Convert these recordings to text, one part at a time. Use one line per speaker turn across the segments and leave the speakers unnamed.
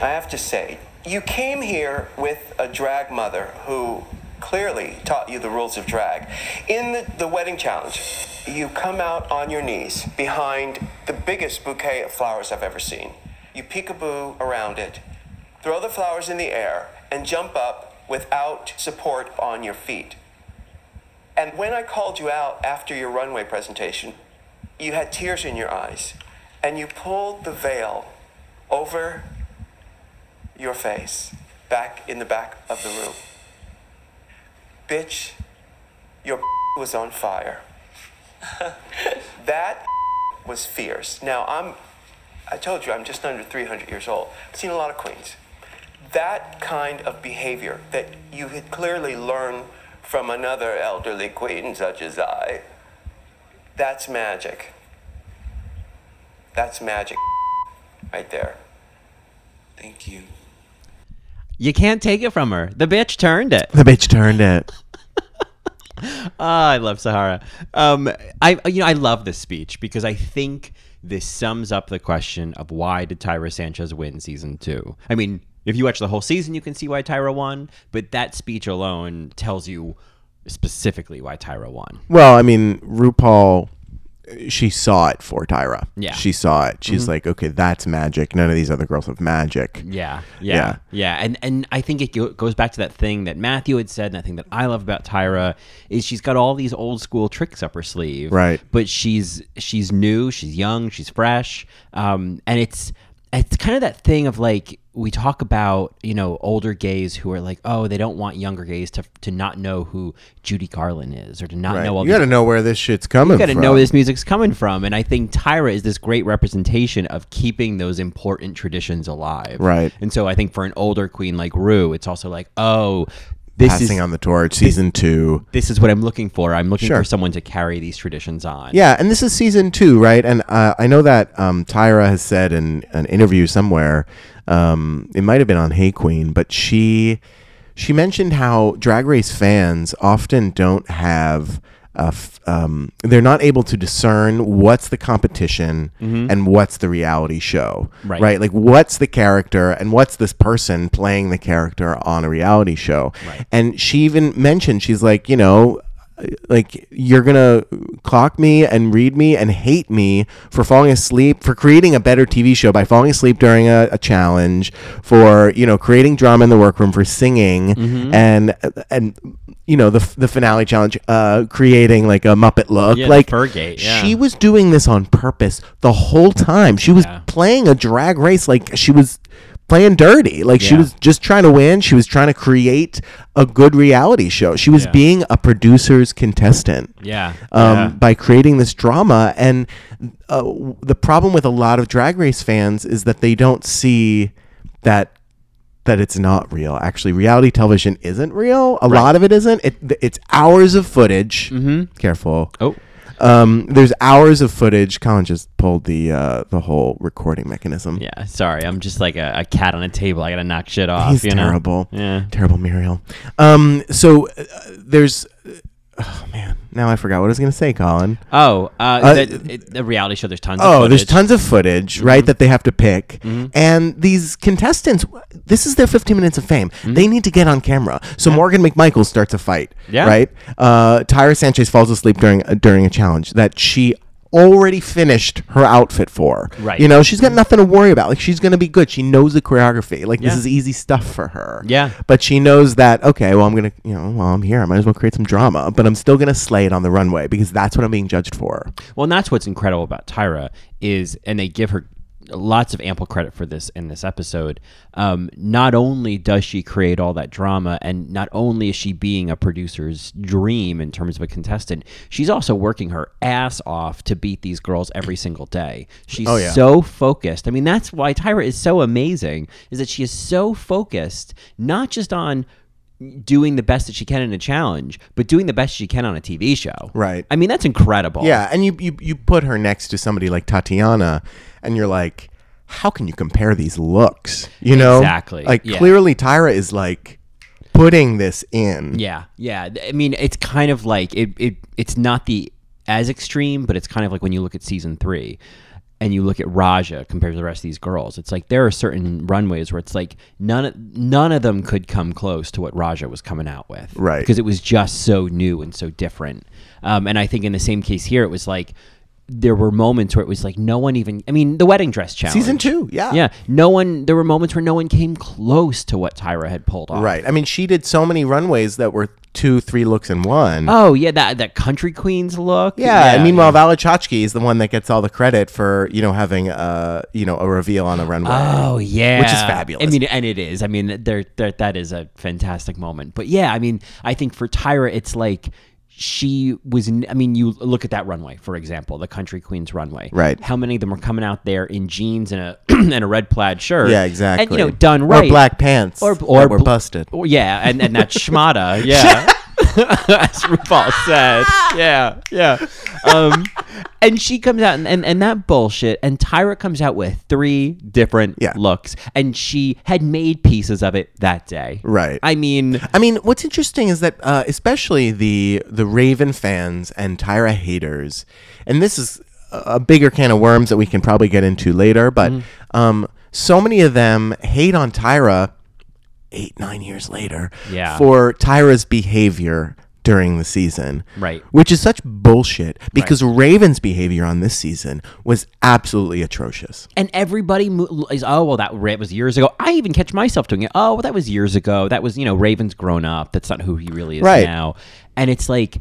I have to say, you came here with a drag mother who clearly taught you the rules of drag. In the, the wedding challenge, you come out on your knees behind the biggest bouquet of flowers I've ever seen. You peekaboo around it, throw the flowers in the air, and jump up without support on your feet. And when I called you out after your runway presentation, you had tears in your eyes and you pulled the veil over your face back in the back of the room. Bitch, your was on fire. that was fierce. Now, I'm, I told you, I'm just under 300 years old. I've seen a lot of queens. That kind of behavior that you had clearly learned from another elderly queen such as I, that's magic. That's magic right there.
Thank you.
You can't take it from her. The bitch turned it.
The bitch turned it.
Ah, I love Sahara. Um, I you know I love this speech because I think this sums up the question of why did Tyra Sanchez win season two. I mean, if you watch the whole season, you can see why Tyra won, but that speech alone tells you specifically why Tyra won.
Well, I mean, RuPaul, she saw it for Tyra.
Yeah. Mm-hmm.
She saw it. She's like, okay, that's magic. None of these other girls have magic.
Yeah, yeah, yeah,
Yeah.
and and I think it go- goes back to that thing that Matthew had said, and that thing that I love about Tyra is she's got all these old school tricks up her sleeve,
Right.
But she's she's new, she's young, she's fresh, um, and it's it's kind of that thing of like we talk about you know older gays who are like oh they don't want younger gays to to not know who Judy Garland is or to not
Right.
know all
you
these
got to know where this shit's coming
you got to
from.
know where this music's coming from. And I think Tyra is this great representation of keeping those important traditions alive.
Right.
And so I think for an older queen like Rue, it's also like, oh, this is
Passing on the torch, season two.
this is what I'm looking for. I'm looking
Sure.
for someone to carry these traditions on.
Yeah, and this is season two, right? And uh, I know that um, Tyra has said in an interview somewhere, um, it might have been on Hey Queen, but she she mentioned how Drag Race fans often don't have. a f- um, they're not able to discern what's the competition and what's the reality show,
Mm-hmm. Right.
right? Like what's the character and what's this person playing the character on a reality show? And she even mentioned she's like, you know, like you're gonna clock me and read me and hate me for falling asleep for creating a better TV show by falling asleep during a, a challenge for you know creating drama in the workroom for singing
Mm-hmm.
and and you know the f- the finale challenge uh creating like a Muppet look
Yeah, the
like
Fergate, yeah.
she was doing this on purpose the whole time she was
Yeah.
playing a drag race like she was playing dirty like she
Yeah.
was just trying to win. She was trying to create a good reality show. She was
Yeah.
being a producer's contestant
Yeah.
um,
Yeah.
by creating this drama. And uh, w- the problem with a lot of Drag Race fans is that they don't see that that it's not real. Actually, reality television isn't real. A lot of it isn't. It, th- it's hours of footage. Mm-hmm. Careful.
Oh.
Um, there's hours of footage. Colin just pulled the uh, the whole recording mechanism.
Yeah. Sorry. I'm just like a, a cat on a table. I got to knock shit off.
He's
you know?
terrible.
Yeah.
Terrible Muriel. Um, so uh, there's. Oh man, now I forgot what I was gonna say, Colin.
Oh, uh, the, it- the reality show, there's tons of
Oh, there's
footage. Mm-hmm.
tons of footage, right, that they have to pick. And these contestants, this is their 15 minutes of fame.
Mm-hmm.
They need to get on camera. So Morgan McMichael starts a fight,
Yeah.
right? Uh, Tyra Sanchez falls asleep during uh, during a challenge that she already finished her outfit for.
Right.
You know, she's got nothing to worry about. Like she's going to be good. She knows the choreography. Like
Yeah.
this is easy stuff for her.
Yeah.
But she knows that okay, well I'm going to, you know, well I'm here. I might as well create some drama, but I'm still going to slay it on the runway because that's what I'm being judged for.
Well, and that's what's incredible about Tyra is, and they give her lots of ample credit for this in this episode. Um, not only does she create all that drama, and not only is she being a producer's dream in terms of a contestant, she's also working her ass off to beat these girls every single day. She's
Oh,
so focused. I mean, that's why Tyra is so amazing. Is that she is so focused, not just on doing the best that she can in a challenge, but doing the best she can on a TV show.
Right.
I mean, that's incredible.
Yeah, and you, you you put her next to somebody like Tatiana, and you're like, how can you compare these looks? You know,
Exactly,
Like
yeah.
clearly, Tyra is like putting this in.
Yeah, yeah. Th- I mean, it's kind of like it. it it's not the as extreme, but it's kind of like when you look at season three. and you look at Raja compared to the rest of these girls, it's like there are certain runways where it's like none of, none of them could come close to what Raja was coming out with,
Right.
Because it was just so new and so different. Um, and I think in the same case here, it was like there were moments where it was like no one even. I mean, the wedding dress challenge,
Season two, yeah.
yeah. No one. There were moments where no one came close to what Tyra had pulled off,
Right. I mean, she did so many runways that were two, three looks in one.
Oh yeah, that that country queens look.
yeah, And meanwhile, Vala Chachki is the one that gets all the credit for you know having a you know a reveal on a runway.
Oh yeah,
Which is fabulous.
I mean, and it is. I mean, there, there that is a fantastic moment. But yeah, I mean, I think for Tyra, it's like she was. n- I mean, you look at that runway, for example, the Country Queens runway.
Right.
How many of them are coming out there in jeans and a and a red plaid shirt?
yeah, exactly.
And you know, done
Or
right.
black pants
Or-
or
or
were
bl-
busted.
Or- Oh, yeah, and and that schmata. Yeah. As RuPaul said, yeah, yeah, um, and she comes out and, and, and that bullshit, and Tyra comes out with three different
Yeah.
looks, and she had made pieces of it that day.
Right.
I mean,
I mean, what's interesting is that uh, especially the the Raven fans and Tyra haters, and this is a a bigger can of worms that we can probably get into later. But
Mm-hmm.
um, so many of them hate on Tyra eight nine years later
Yeah.
for Tyra's behavior during the season,
Right.
Which is such bullshit because Raven's behavior on this season was absolutely atrocious.
and everybody mo- is oh well that ra- was years ago. I even catch myself doing it. Oh well, that was years ago. That was you know Raven's grown up. That's not who he really is
Right.
now. And it's like,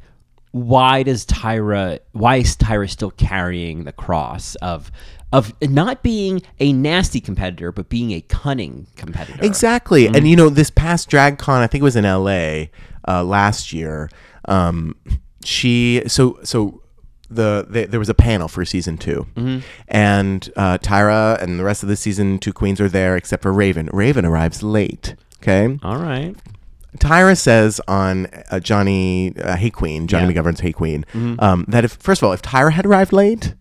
why does Tyra? Why is Tyra still carrying the cross of of not being a nasty competitor, but being a cunning competitor?
Exactly. And you know, this past drag con, I think it was in LA uh, last year. Um, she so so the, the there was a panel for season 2 and uh, Tyra and the rest of the season two queens are there except for Raven. Raven arrives late. Okay.
All right.
Tyra says on uh, Johnny uh, Hey Queen, Johnny McGovern's Hey Queen,
Mm-hmm.
um, that if first of all, if Tyra had arrived late,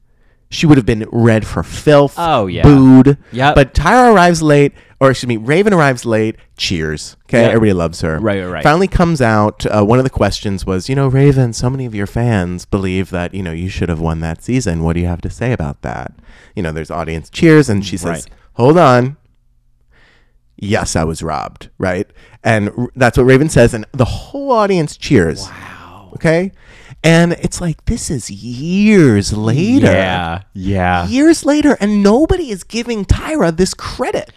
she would have been read for filth.
Oh, yeah.
booed.
Yep.
But Tyra arrives late, or excuse me, Raven arrives late. Cheers. Okay,
Yep.
everybody loves her.
Right, right, right.
Finally comes out. Uh, one of the questions was, you know, Raven, so many of your fans believe that you know you should have won that season. What do you have to say about that? You know, there's audience cheers, and she
Right.
says, "Hold on." yes, I was robbed, right? And r- that's what Raven says, and the whole audience cheers. Wow. Okay? And it's like, this is years later.
Yeah. Yeah.
Years later, and nobody is giving Tyra this credit.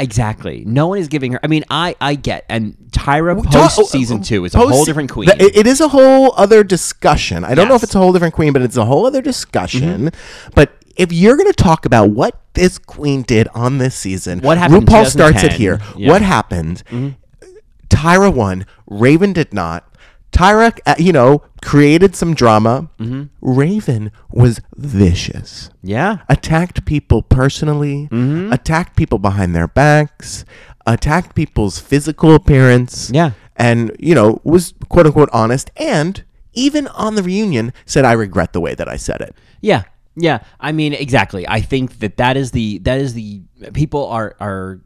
Exactly. No one is giving her. I mean, I I get and Tyra
Ta-
post season two is a
oh, post-
whole different queen.
Th- it- it is a whole other discussion. I don't know
Yes. Mm-hmm.
if it's a whole different queen, but it's a whole other discussion. But if you're going to talk about what this queen did on this season,
What happened in
RuPaul starts it
2010?
here.
Yeah. Mm-hmm.
What happened? Tyra won. Raven did not. Tyra, uh, you know, created some drama.
Mm-hmm.
Raven was vicious
yeah.
attacked people personally,
Mm-hmm.
attacked people behind their backs, attacked people's physical appearance.
Yeah.
And, you know, was quote unquote honest and even on the reunion said, I regret the way that I said it.
Yeah. Yeah, I mean exactly. I think that that is the that is the people are are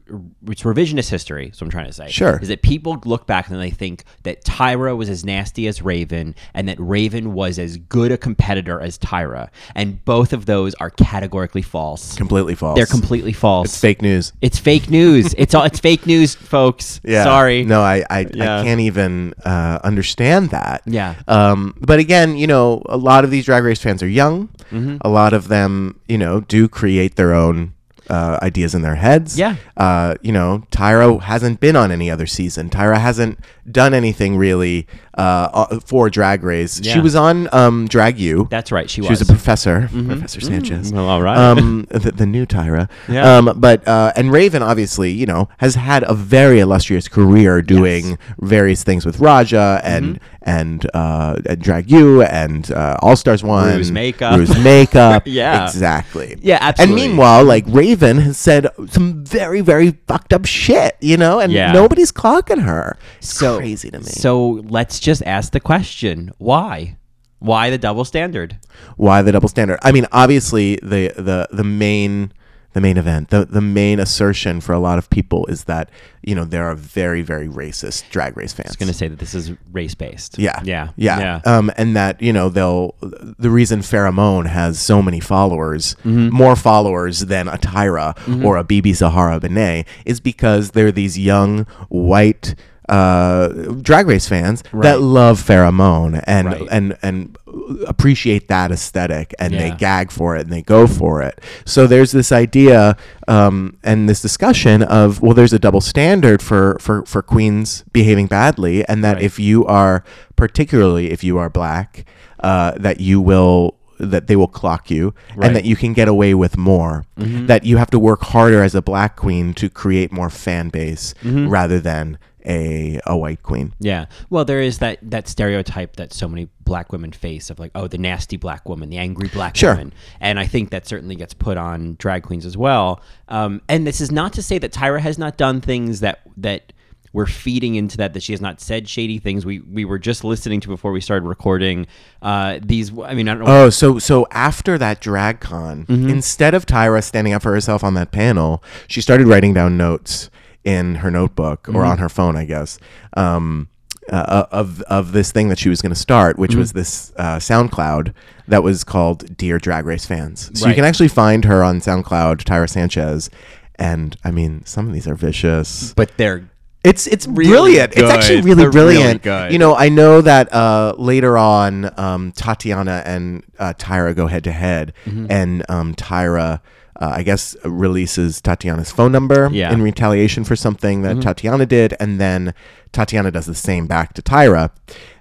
it's revisionist history. So I'm trying to say
Sure.
is that people look back and they think that Tyra was as nasty as Raven and that Raven was as good a competitor as Tyra, and both of those are categorically false.
Completely false.
They're completely false.
It's fake news.
It's fake news. it's all it's fake news, folks.
Yeah.
Sorry.
No, I I,
Yeah.
I can't even uh, understand that.
Yeah.
Um, but again, you know, a lot of these Drag Race fans are young.
Mm-hmm.
A lot of them, you know, do create their own uh, ideas in their heads.
Yeah.
Uh, you know, Tyra hasn't been on any other season. Tyra hasn't done anything really uh, uh, for Drag Race.
Yeah.
She was on um, Drag U.
That's right. She
She
was. Mm-hmm.
was a professor, Professor Sanchez.
well, all right.
Um, the, the new Tyra.
Yeah.
Um, but uh, and Raven obviously, you know, has had a very illustrious career doing various things with Raja
Mm-hmm.
and and uh, and Drag U and uh, All Stars One,
Ruse Makeup.
Ruse Makeup.
Yeah.
exactly.
Yeah, absolutely.
And meanwhile, like Raven has said some very very fucked up shit, you know, and
Yeah.
nobody's clocking her. It's
So-
crazy to me.
so let's just ask the question: Why? Why the double standard?
why the double standard? I mean, obviously the the the main the main event. The the main assertion for a lot of people is that you know there are very very racist drag race fans.
going to say that this is race based.
Yeah.
Yeah.
Yeah. Um, and that, you know, they'll, the reason Pheromone has so many followers,
Mm-hmm.
more followers than a Tyra or a Bibi Zahara Benet, is because they're these young, white, uh, drag race fans that love pheromone and
Right.
and and appreciate that aesthetic and they
Yeah.
gag for it and they go for it so there's this idea um, and this discussion of well there's a double standard for for for queens behaving badly and that
Right.
if you are particularly if you are black uh, that you will that they will clock you
Right. Mm-hmm.
and that you can get away with more that you have to work harder as a black queen to create more fan base
Mm-hmm.
rather than a a white queen
Yeah. Well, there is that that stereotype that so many black women face of like, oh, the nasty black woman, the angry black
Sure.
woman, and I think that certainly gets put on drag queens as well. Um, and this is not to say that Tyra has not done things that that we're feeding into that that she has not said shady things. We we were just listening to before we started recording uh, these. I mean, I don't know.
Oh, so so after that drag con, instead of Tyra standing up for herself on that panel, she started writing down notes in her notebook or on her phone, I guess, um, uh, of of this thing that she was going to start, which was this uh, SoundCloud that was called "Dear Drag Race Fans." So you
Right.
can actually find her on SoundCloud, Tyra Sanchez, and I mean, some of these are vicious.
but they're
It's it's brilliant. It's actually
good.
really
They're really
brilliant.
good.
You know, I know that uh, later on, um, Tatiana and uh, Tyra go head to head,
Mm-hmm.
and um, Tyra. Uh, I guess releases Tatiana's phone number
Yeah. Mm-hmm.
in retaliation for something that Tatiana did, and then Tatiana does the same back to Tyra,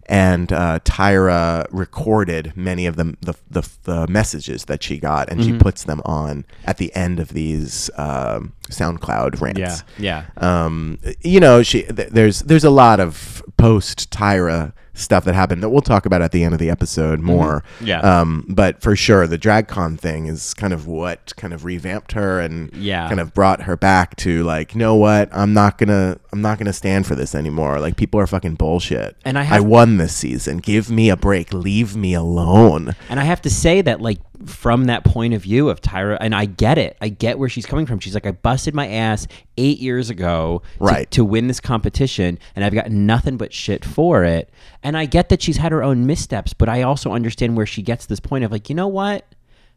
and uh, Tyra recorded many of the the, the, the messages that she got, and
Mm-hmm.
she puts them on at the end of these um, SoundCloud rants
yeah yeah.
um, you know, she th- there's there's a lot of post Tyra stuff that happened that we'll talk about at the end of the episode more.
Mm-hmm. Yeah.
Um, but for sure, the DragCon thing is kind of what kind of revamped her and
Yeah.
kind of brought her back to like, you know what? I'm not gonna I'm not gonna stand for this anymore. Like people are fucking bullshit.
And I have-
I won this season. Give me a break. Leave me alone.
And I have to say that, like, from that point of view of Tyra, and I get it. I get where she's coming from. She's like, I busted my ass eight years ago to-
Right.
to, win this competition, and I've gotten nothing but shit for it. And I get that she's had her own missteps, but I also understand where she gets this point of, like, you know what?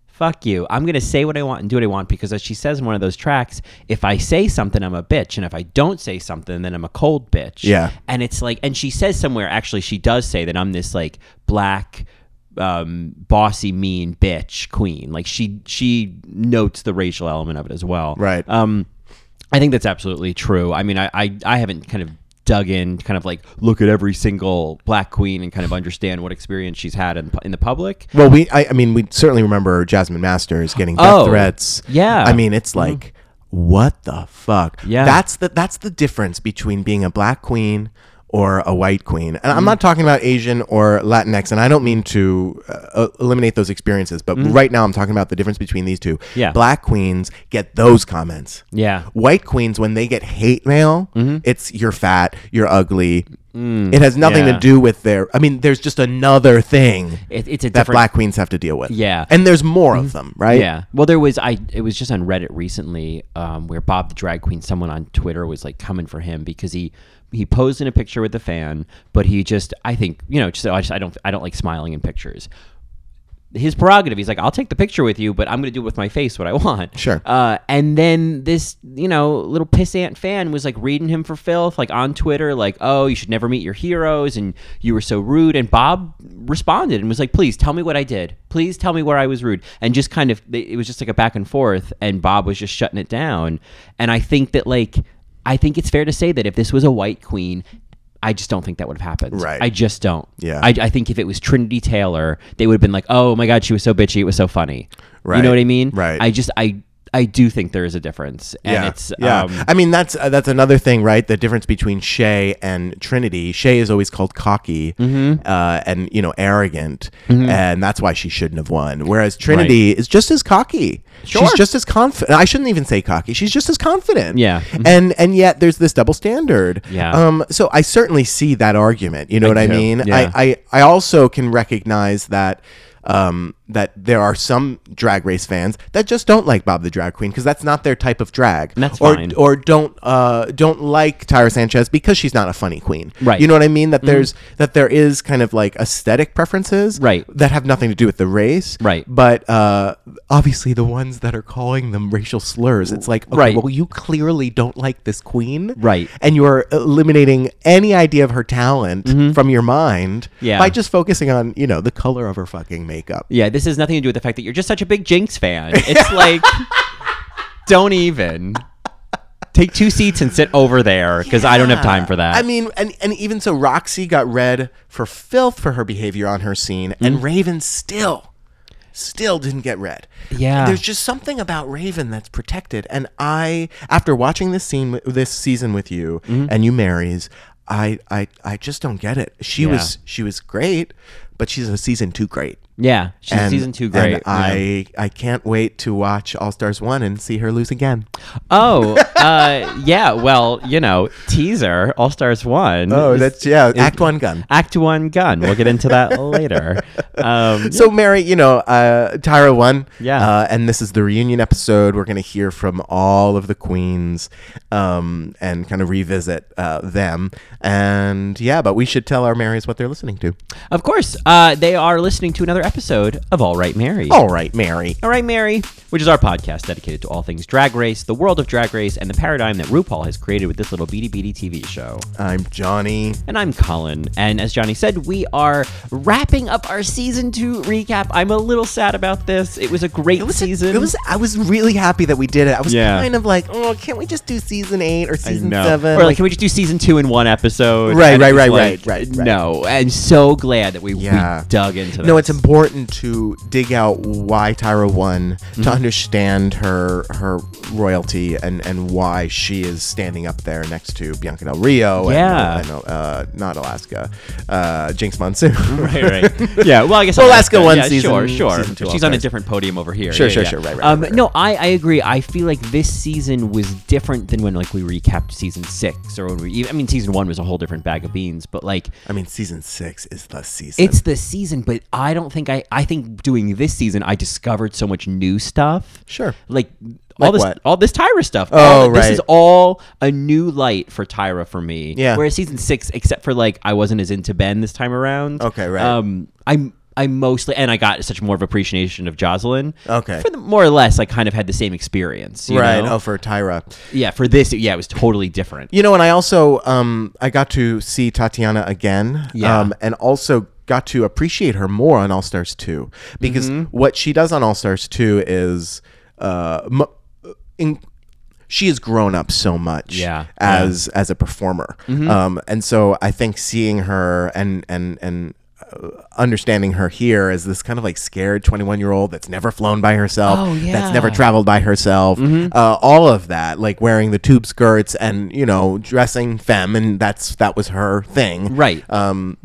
Fuck you. I'm going to say what I want and do what I want because, as she says in one of those tracks, if I say something, I'm a bitch. And if I don't say something, then I'm a cold bitch.
Yeah.
And it's like, and she says somewhere, actually, she does say that I'm this like black, um, bossy, mean bitch queen. Like she, she notes the racial element of it as well.
Right.
Um, I think that's absolutely true. I mean, I, I, I haven't kind of dug in, kind of like look at every single black queen and kind of understand what experience she's had in, in the public.
Well, we I, I mean we certainly remember Jasmine Masters getting death
Oh,
threats.
yeah. Mm-hmm.
I mean it's like what the fuck?
Yeah.
That's the that's the difference between being a black queen or a white queen. And I'm
Mm.
not talking about Asian or Latinx and I don't mean to uh, eliminate those experiences, but right now I'm talking about the difference between these two.
Mm. Yeah.
Black queens get those comments.
Yeah. Mm-hmm.
White queens when they get hate mail, it's you're fat, you're ugly. it has nothing
Mm. yeah.
to do with their I mean there's just another thing
It, it's a
that
different
black queens have to deal with.
Yeah. Mm-hmm.
and there's more of them, right?
Yeah. Well, there was I. It was just on Reddit recently um, where Bob the drag queen, someone on Twitter was like coming for him because he he posed in a picture with a fan, but he just I think you know just I, just, I don't I don't like smiling in pictures. His prerogative. He's like, I'll take the picture with you, but I'm going to do with my face what I want.
Sure.
Uh, and then this, you know, little pissant fan was like reading him for filth, like on Twitter, like, "Oh, you should never meet your heroes," and you were so rude. And Bob responded and was like, "Please tell me what I did. Please tell me where I was rude." And just kind of, it was just like a back and forth, and Bob was just shutting it down. And I think that, like, I think it's fair to say that if this was a white queen. I just don't think that would have happened.
Right.
I just don't.
Yeah.
I, I think if it was Trinity Taylor, they would have been like, "Oh my God, she was so bitchy. It was so funny." You
Right.
know what I mean?
Right.
I just I I do think there is a difference, and
yeah.
it's
yeah.
Um,
I mean, that's uh, that's another thing, right? The difference between Shay and Trinity. Shay is always called cocky
Mm-hmm.
uh, and you know arrogant, and that's why she shouldn't have won. Whereas Trinity is just as cocky.
Sure.
She's just as confident. I shouldn't even say cocky. She's just as confident.
Yeah. Mm-hmm.
And and yet there's this double standard.
Yeah.
Um. So I certainly see that argument. You know what I
do.
mean?
Yeah.
I, I I also can recognize that um, that there are some drag race fans that just don't like Bob the drag queen because that's not their type of drag.
That's
or,
fine.
Or don't uh, don't like Tyra Sanchez because she's not a funny queen.
Right. Mm-hmm.
You know what I mean? That there's that there is kind of like aesthetic preferences.
Right.
That have nothing to do with the race.
Right.
But uh, obviously the ones that are calling them racial slurs, it's like okay,
Right.
Well, you clearly don't like this queen.
Right.
And you are eliminating any idea of her talent from your mind.
Mm-hmm. Yeah.
By just focusing on you know the color of her fucking makeup.
Yeah, this has nothing to do with the fact that you're just such a big Jinx fan. It's like, don't even take two seats and sit over there because I don't have time for that.
I mean, and, and even so, Roxy got red for filth for her behavior on her scene,
Mm-hmm.
and Raven still, still didn't get red.
Yeah.
there's just something about Raven that's protected. And I, after watching this scene, wi- this season with you
Mm-hmm.
and you Marys, I, I, I just don't get it. She
Yeah.
was, she was great, but she's a season two great.
yeah, she's
And-
season two
and
great. yeah.
I, I can't wait to watch All Stars one and see her lose again.
oh, uh, yeah. Well, you know, teaser All Stars one.
Oh,
is-
that's yeah.
is-
act one gun.
Act one gun. We'll get into that later. Um,
So Mary, you know, uh, Tyra won.
Yeah.
Uh, and this is the reunion episode. We're going to hear from all of the queens, um, and kind of revisit uh, them. And yeah, but we should tell our Marys what they're listening to.
of course, uh, they are listening to another episode of All Right, Mary.
All right, Mary.
All Right Mary, which is our podcast dedicated to all things drag race, the world of drag race, and the paradigm that RuPaul has created with this little beady beady TV show.
I'm Johnny.
And I'm Colin. And as Johnny said, we are wrapping up our season two recap. I'm a little sad about this. It was a great season.
It was. I was really happy that we did it. I was
Yeah.
kind of like, oh, can't we just do season eight or season
no.
seven?
Or like,
Like,
can we just do season two in one episode?
Right,
And it
right,
was
right,
like,
right, right, right.
No, and so glad that we, we
Yeah.
dug into
No, it's
this.
important to dig out why Tyra won, to understand her her royalty and and why she is standing up there next to Bianca Del Rio. and-
Yeah.
and, uh, not Alaska, uh, Jinx Monsoon. Right,
right, right. Yeah. Well, I guess
Well,
Alaska,
Alaska won
yeah,
season-
Sure, sure.
season two
She's on a
All-Stars.
different podium over here.
Sure,
Yeah,
sure,
yeah.
sure. Right, right,
Um,
right, right.
No, I, I agree. I feel like this season was different than when like we recapped season six or when we. even- I mean, season one was a whole different bag of beans, but like.
I mean, season six is the season.
It's the season, but I don't think I. I think doing this season, I discovered so much new stuff.
Sure.
like all
Like
this,
what?
all this Tyra stuff.
Oh,
all, this is
right.
all a new light for Tyra for me.
Yeah.
Whereas season six, except for like I wasn't as into Ben this time around.
Okay, right.
Um, I'm. I mostly and I got such more of appreciation of Jocelyn.
Okay.
for the, more or less, I kind of had the same experience. you
right.
know?
Oh, for Tyra.
yeah. For this, yeah, it was totally different.
You know, and I also um I got to see Tatiana again.
Yeah.
Um and also got to appreciate her more on All Stars 2 because
Mm-hmm.
what she does on All Stars 2 is uh mo- in- she has grown up so much
Yeah. Mm-hmm.
as as a performer. Um and so I think seeing her and and and uh, understanding her here as this kind of like scared 21 year old that's never flown by herself
Oh,
that's
yeah.
never traveled by herself, uh, all of that, like wearing the tube skirts and you know dressing femme, and that's that was her thing.
Right.
Um,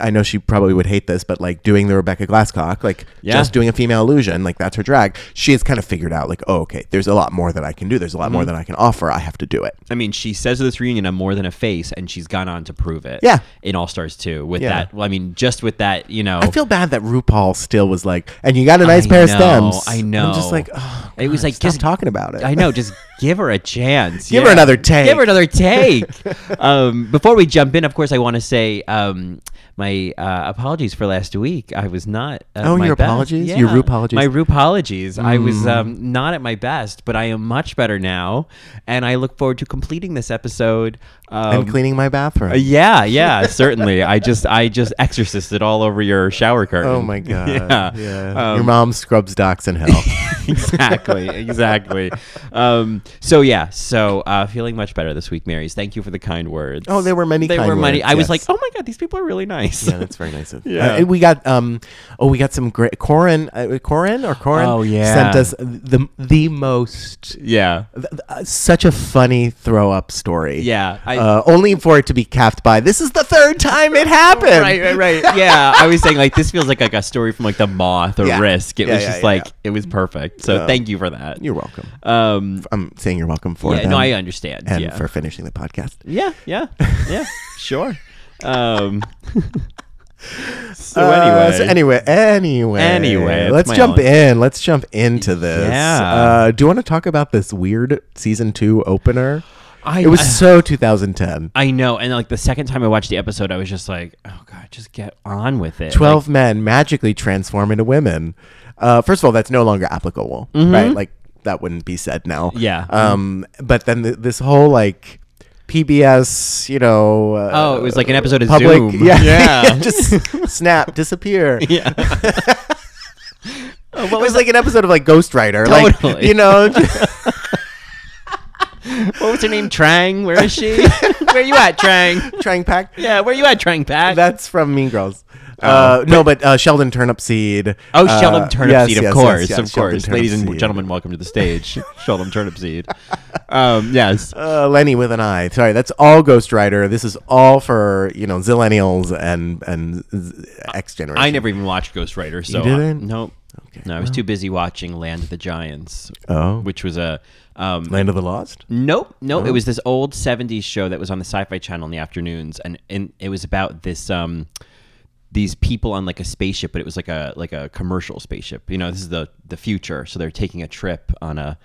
I know she probably would hate this, but like doing the Rebecca Glasscock, like
Yeah.
just doing a female illusion, like that's her drag. She has kind of figured out, like, oh, okay, there's a lot more that I can do. There's a lot more that I can offer. I have to do it.
I mean, she says to this reunion, "I'm more than a face," and she's gone on to prove it.
Yeah.
in All Stars two with
Yeah.
that. Well, I mean, just with that, you know,
I feel bad that RuPaul still was like, and you got a nice
I
pair of
know,
stems.
I know.
I'm just like, oh,
it was like
stop
just
talking about it.
I know, just give her a chance.
Give her
yeah.
another take.
Give her another take. um, before we jump in, of course, I want to say um, my uh, apologies for last week. I was not. Uh,
Oh,
my
your
best.
apologies? Mm.
Yeah.
Your Rupologies.
My apologies. I was um, not at my best, but I am much better now, and I look forward to completing this episode. Um,
I'm cleaning my bathroom.
Uh, Yeah, yeah, certainly. I just I just exorcised it all over your shower curtain.
Oh my god!
Yeah. Um,
Your mom scrubs docs in hell.
exactly, exactly. Um, so yeah, so uh, feeling much better this week, Marys. Thank you for the kind words.
Oh, there were many
They
kind
were many.
words,
I was
yes.
like, oh my god, these people are really nice.
yeah, that's very nice of you.
Yeah.
Uh, and we got um, oh, we got some great Corin, uh, Corin or Corin.
Oh, yeah.
sent us the the most
yeah.
th- uh, such a funny throw up story.
Yeah, I-
uh, only for it to be capped by this is the third time it happened.
Right, right, right. Yeah, I was saying like this feels like like a story from like the Moth or
Yeah.
Risk. It
Yeah,
was
yeah,
just
yeah,
like
yeah.
it was perfect. So thank you for that.
You're welcome.
Um,
I'm saying you're welcome for
yeah,
them
no, I understand.
and
yeah.
for finishing the podcast.
Yeah, yeah, yeah, sure. Um, So anyway,
Uh, so anyway, anyway,
Anyway, that's
let's
my
jump
allergy.
in. Let's jump into this.
Yeah.
Uh, do you want to talk about this weird season two opener?
I-
it was
I-
so 2010.
I know, and like the second time I watched the episode, I was just like, "Oh God, just get on with it."
Twelve men magically transform into women. Uh, first of all, that's no longer applicable, right? Like that wouldn't be said now.
Mm-hmm. Yeah.
Um, but then th- this whole like PBS, you know. Uh,
Oh, it was like an episode of
public,
Zoom.
Yeah,
Yeah.
just snap, disappear.
Like, yeah.
it was, like an episode of like Ghost Rider, like
Totally.
you know,
what was her name? Trang. Where is she? where you at, Trang?
trying pack.
Yeah, where you at, Trang Pat?
That's from Mean Girls. Uh, no, but uh, Sheldon Turnipseed.
Oh,
uh,
Sheldon Turnipseed,
yes,
of
yes, yes,
course,
yes,
of
Sheldon
course. Ladies and
Turnipseed.
gentlemen, welcome to the stage, Sheldon Turnipseed. Um, yes,
Uh, Lenny with an eye. Sorry, that's all Ghost Rider. This is all for you know zillennials and and Z- X generation.
I never even watched Ghost Rider. So uh,
didn't?
nope. no, I was too busy watching Land of the Giants.
Oh.
which was a um,
Land of the Lost.
Nope, nope. It was this old '70s show that was on the Sci-Fi Channel in the afternoons, and and it was about this um these people on like a spaceship, but it was like a like a commercial spaceship. You know, this is the the future, so they're taking a trip on a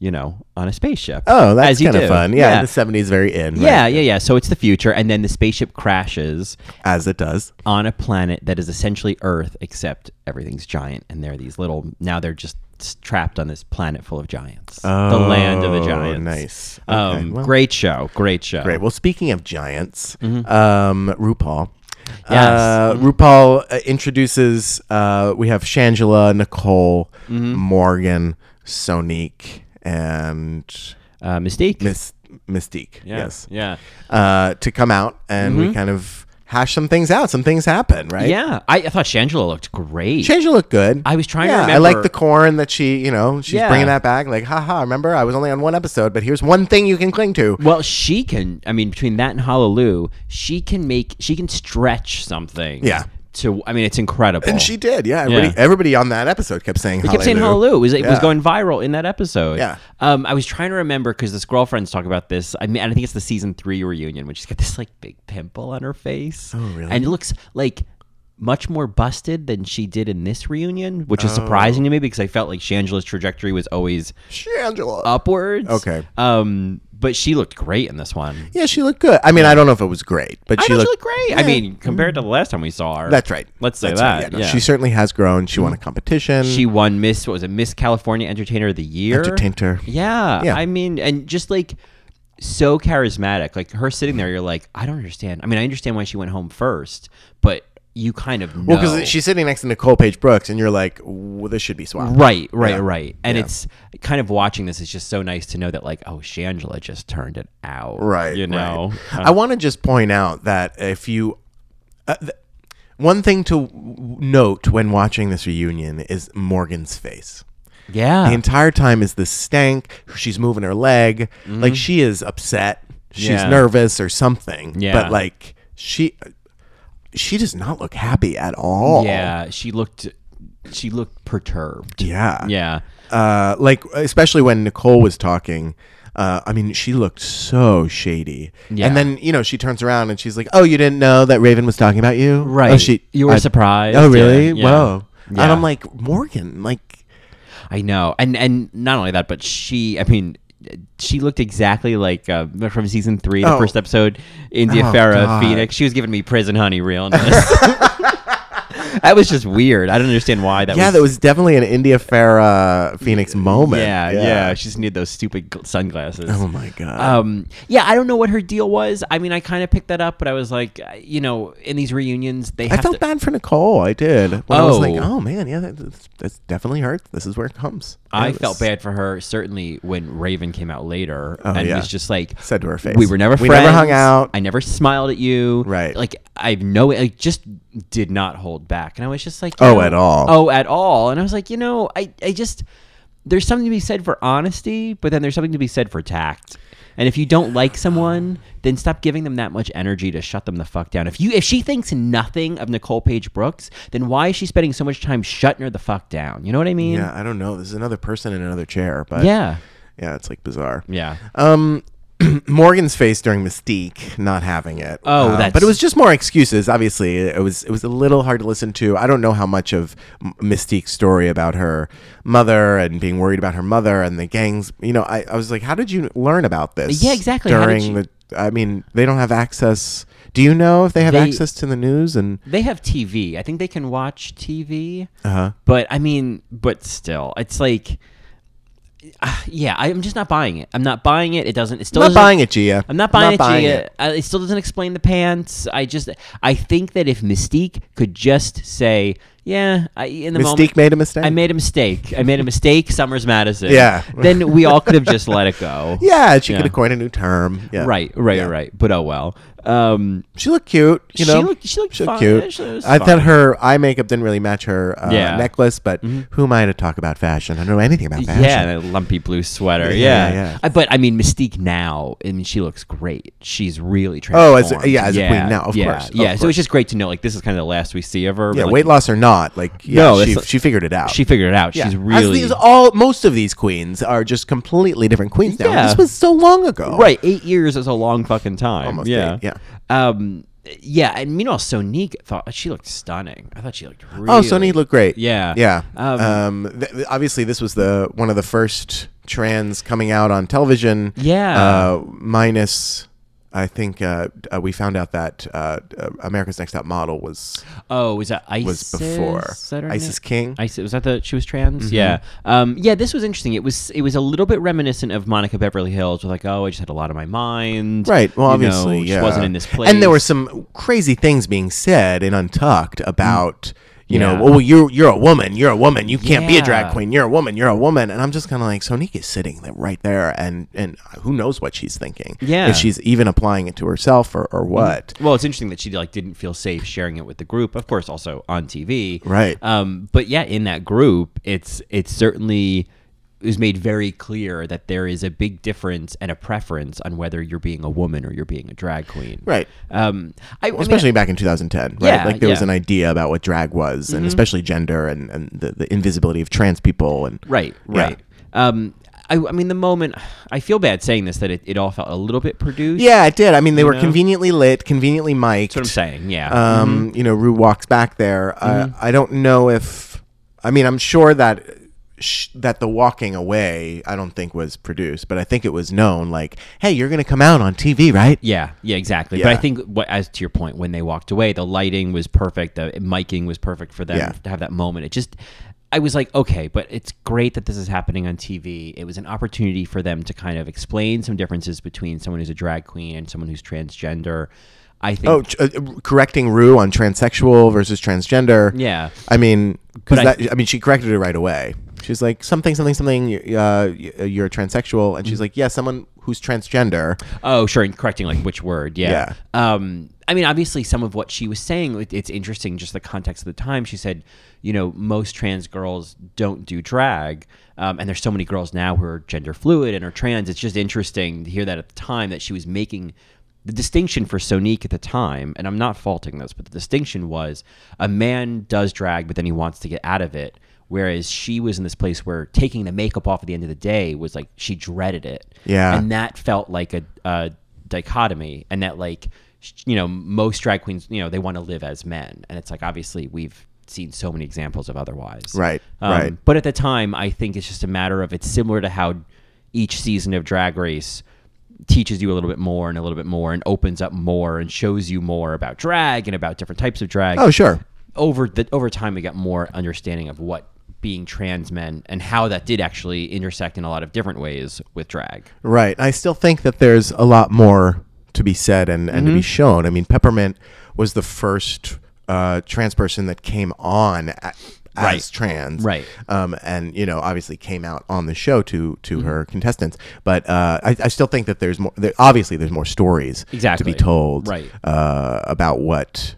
you know on a spaceship.
Oh,
as
that's
you
kind of
do.
fun. Yeah,
yeah.
the seventies very in. right?
yeah, yeah, yeah. So it's the future, and then the spaceship crashes
as it does.
on a planet that is essentially Earth, except everything's giant, and they're these little. Now they're just s- trapped on this planet full of giants, the land of the
Oh,
giants.
nice. Okay,
Um,
well.
Great show. Great show.
Great. Well, speaking of giants, um, RuPaul.
Mm-hmm. Yes. Mm-hmm.
Uh, RuPaul uh, introduces. Uh, we have Shangela, Nicole,
Mm-hmm.
Morgan, Sonique, and
Uh, Mystique.
Miss Mystique.
yeah,
Yes.
Yeah.
Uh, to come out and we kind of hash some things out. Some things happen, right?
Mm-hmm. Yeah. I, I thought Shangela looked great.
Shangela looked good.
I was trying to
yeah, I
remember-
like the corn that she, you know, she's
Yeah.
bringing that back. Like, haha, remember, I was only on one episode, but here's one thing you can cling to.
well, she can. I mean, between that and Hallelujah, she can make. She can stretch something.
Yeah.
To. I mean, it's incredible.
And she did, yeah. Everybody,
Yeah.
everybody on that episode kept saying
They kept saying
Hallelujah.
Hallelujah. It was, it was
Yeah.
going viral in that episode.
Yeah.
Um, I was trying to remember because this girlfriend's talk about this. I mean, and I think it's the season three reunion when she's got this like big pimple on her face. Oh,
really?
And it looks like much more busted than she did in this reunion, which is surprising
Oh.
to me because I felt like Shangela's trajectory was always
Shangela.
Oh. upwards.
Okay.
Um, but she looked great in this one.
Yeah, she looked good. I mean, I don't know if it was great, but
I
she
thought
looked Mm-hmm.
she looked great. I mean, compared to the last time we saw her.
That's right.
Let's say
That's
that.
right. Yeah, no,
yeah. Mm.
She certainly has grown. She won a competition.
She won Miss what was it Miss California Entertainer of the Year.
Entertainer.
Yeah,
Yeah.
I mean, and just like so charismatic, like her sitting there, you're like, I don't understand. I mean, I understand why she went home first, but you kind of know.
well, because she's sitting next to Nicole Page Brooks, and you're like, well, this should be swapped.
right, right,
Yeah.
right, and it's kind of watching this is just so nice to know that like, oh, Shangela just turned it out.
Right.
you
right.
know. uh,
I want to just point out that if you. Uh, th- one thing to w- note when watching this reunion is Morgan's face.
Yeah.
The entire time is this stank. She's moving her leg. Like she is upset. She's
Mm-hmm. Yeah.
nervous or something.
Yeah.
But like she she does not look happy at all.
yeah, she looked, she looked perturbed.
Yeah.
yeah.
Uh like especially when Nicole was talking. Uh, I mean, she looked so shady.
Yeah.
And then, you know, she turns around and she's like, Oh, you didn't know that Raven was talking about you?
Right.
Oh, she,
You were
I-
surprised.
Oh, really?
Yeah, yeah.
Whoa.
Yeah.
And I'm like, Morgan, like,
I know, and and not only that, but she. I mean, she looked exactly like uh, from season three, the
Oh.
first episode, India
Oh,
Farah
God.
Phoenix. She was giving me prison honey realness. that was just weird. I don't understand why that.
yeah,
was,
that was definitely an India Farah Phoenix moment.
Yeah, yeah. She just needed those stupid gl- sunglasses.
Oh my god.
Um, yeah, I don't know what her deal was. I mean, I kind of picked that up, but I was like, uh, you know, in these reunions, they
I
have
felt
to.
bad for Nicole. I did. When I was like,
Oh.
oh man, yeah, that, that's, that's definitely hurts. This is where it comes.
I
It was- Oh,
felt bad for her, certainly when Raven came out later and
yeah.
was just like,
Said to her face.
We were never
We
friends.
never hung out.
I never smiled at you.
Right.
Like I've no. I just did not hold back, and I was just like, you
Oh, at all.
Oh, at all. And I was like, you know, I, I just there's something to be said for honesty, but then there's something to be said for tact. And if you don't like someone, then stop giving them that much energy to shut them the fuck down. If you if she thinks nothing of Nicole Page Brooks, then why is she spending so much time shutting her the fuck down? You know what I mean?
Yeah, I don't know. This is another person in another chair, but
Yeah.
yeah, it's like bizarre.
Yeah.
Um, Morgan's face during Mystique, not having it.
Oh,
Um,
that's-
but it was just more excuses. Obviously, it was it was a little hard to listen to. I don't know how much of M- Mystique's story about her mother and being worried about her mother and the gangs. You know, I, I was like, how did you learn about this?
Yeah, exactly. How did
During
you-
the, I mean, they don't have access. Do you know if they have
They-
access to the news and?
They have TV. I think they can watch TV. Uh-huh. But I mean, but still, it's like, uh, yeah, I'm just not buying it. I'm not buying it. It doesn't. It still
Not
doesn't-
buying it, Gia.
I'm not buying it, Gia.
it.
Uh, it still doesn't explain the pants. I just, I think that if Mystique could just say, yeah, I, in the moment,
Mystique made a mistake.
I made a mistake. I made a mistake. Summers Madison.
Yeah.
Then we all could have just let it go.
Yeah, she
Yeah.
could have coined a new term. Yeah.
Right. Right.
Yeah.
Right. But oh well. Um.
She looked cute. You
She
know,
looked- she looked fine. Yeah, she was
I
fine.
thought her eye makeup didn't really match her uh,
Yeah. Mm-hmm.
necklace, but who am I to talk about fashion? I don't know anything about fashion.
Yeah, that lumpy blue sweater.
Yeah,
Yeah,
yeah.
I- but I mean, Mystique now. I mean, she looks great. She's really
Oh,
transformed.
as a- yeah, as a queen now, of
yeah,
course, of
Yeah, so
course.
it's just great to know. Like, this is kind of the last we see of her.
Yeah,
but, like,
weight loss or not, like yeah,
No,
she,
that's not-
she figured it out.
She figured it out.
Yeah.
She's
As
really
these all most of these queens are just completely different queens now.
Yeah.
This was so long ago,
right. Eight years is a long fucking time.
Almost
yeah,
eight, yeah.
Um, yeah, and meanwhile, Sonique thought she looked stunning. I thought she looked really.
Oh, Sony looked great.
Yeah.
yeah.
Um,
Um, th- th- obviously, this was the one of the first trans coming out on television.
Yeah.
Uh, minus, I think uh, uh, we found out that uh, uh, America's Next Top Model was
Oh, was that
was
ISIS?
before
that her
ISIS
name?
King.
ISIS was that the she was trans?
Mm-hmm.
Yeah. Um, yeah, this was interesting. It was it was a little bit reminiscent of Monica Beverly Hills with like, oh, I just had a lot on my mind.
Right. Well,
You
obviously,
know,
yeah.
She wasn't in this place.
And there were some crazy things being said in Untucked about, you
Yeah.
know, well, you're you're a woman, you're a woman, you can't be a drag
Yeah.
queen, you're a woman, you're a woman, and I'm just kind of like, Sonique is sitting there right there, and and who knows what she's thinking?
Yeah. Mm-hmm.
if she's even applying it to herself or or what?
Well, it's interesting that she like didn't feel safe sharing it with the group. Of course, also on TV.
Right.
Um, but yeah, in that group, it's it's certainly it was made very clear that there is a big difference and a preference on whether you're being a woman or you're being a drag queen.
Right.
Um, I, I mean,
especially back in 2010 right
Yeah,
like there was
yeah. Mm-hmm.
an idea about what drag was and especially gender and, and the, the invisibility of trans people and
Right,
Yeah.
right. Um, I, I mean, the moment I feel bad saying this that it, it all felt a little bit produced.
yeah it did i mean they were
know?
conveniently lit conveniently
that's
mic'd
what I'm saying. Yeah,
um, you know, Rue walks back there. I, I don't know if, I mean, I'm sure that sh- that the walking away, I don't think was produced, but I think it was known. Like, hey, you're gonna come out on TV, right?
yeah, yeah, exactly. But I
Yeah.
think, what, as to your point, when they walked away, the lighting was perfect. The miking was perfect for them
Yeah.
to have that moment. It just, I was like, okay, but it's great that this is happening on TV. It was an opportunity for them to kind of explain some differences between someone who's a drag queen and someone who's transgender. I think.
Oh, ch- uh, correcting Rue on transsexual versus transgender.
Yeah.
I mean,
But
because
I-
that I mean, she corrected it right away. She's like something, something, something. y- Uh, y- uh, you're a transsexual, and she's like, yeah, someone who's transgender.
Oh, sure, and correcting like which word? Yeah. Um, I mean, obviously, some of what she was saying, it- it's interesting, just the context of the time. She said, you know, most trans girls don't do drag, um, and there's so many girls now who are gender fluid and are trans. It's just interesting to hear that at the time that she was making the distinction for Sonique at the time, and I'm not faulting this, but the distinction was a man does drag, but then he wants to get out of it. Whereas she was in this place where taking the makeup off at the end of the day was like she dreaded it.
Yeah.
And that felt like a, a dichotomy and that like sh- you know most drag queens you know they want to live as men and it's like obviously we've seen so many examples of otherwise Um,
Right, right.
but at the time i think it's just a matter of it's similar to how each season of drag race teaches you a little bit more and a little bit more and opens up more and shows you more about drag and about different types of drag
Oh, sure.
over the over time we got more understanding of what being trans men and how that did actually intersect in a lot of different ways with drag
Right. I still think that there's a lot more to be said and, and to
Mm-hmm.
be shown. I mean, Peppermint was the first uh, trans person that came on a as
Right.
trans.
Right.
Um, and, you know, obviously came out on the show to, to
Mm-hmm.
her contestants. But uh, I, I still think that there's more, there, obviously, there's more stories
Exactly.
to be told
Right.
uh, about what.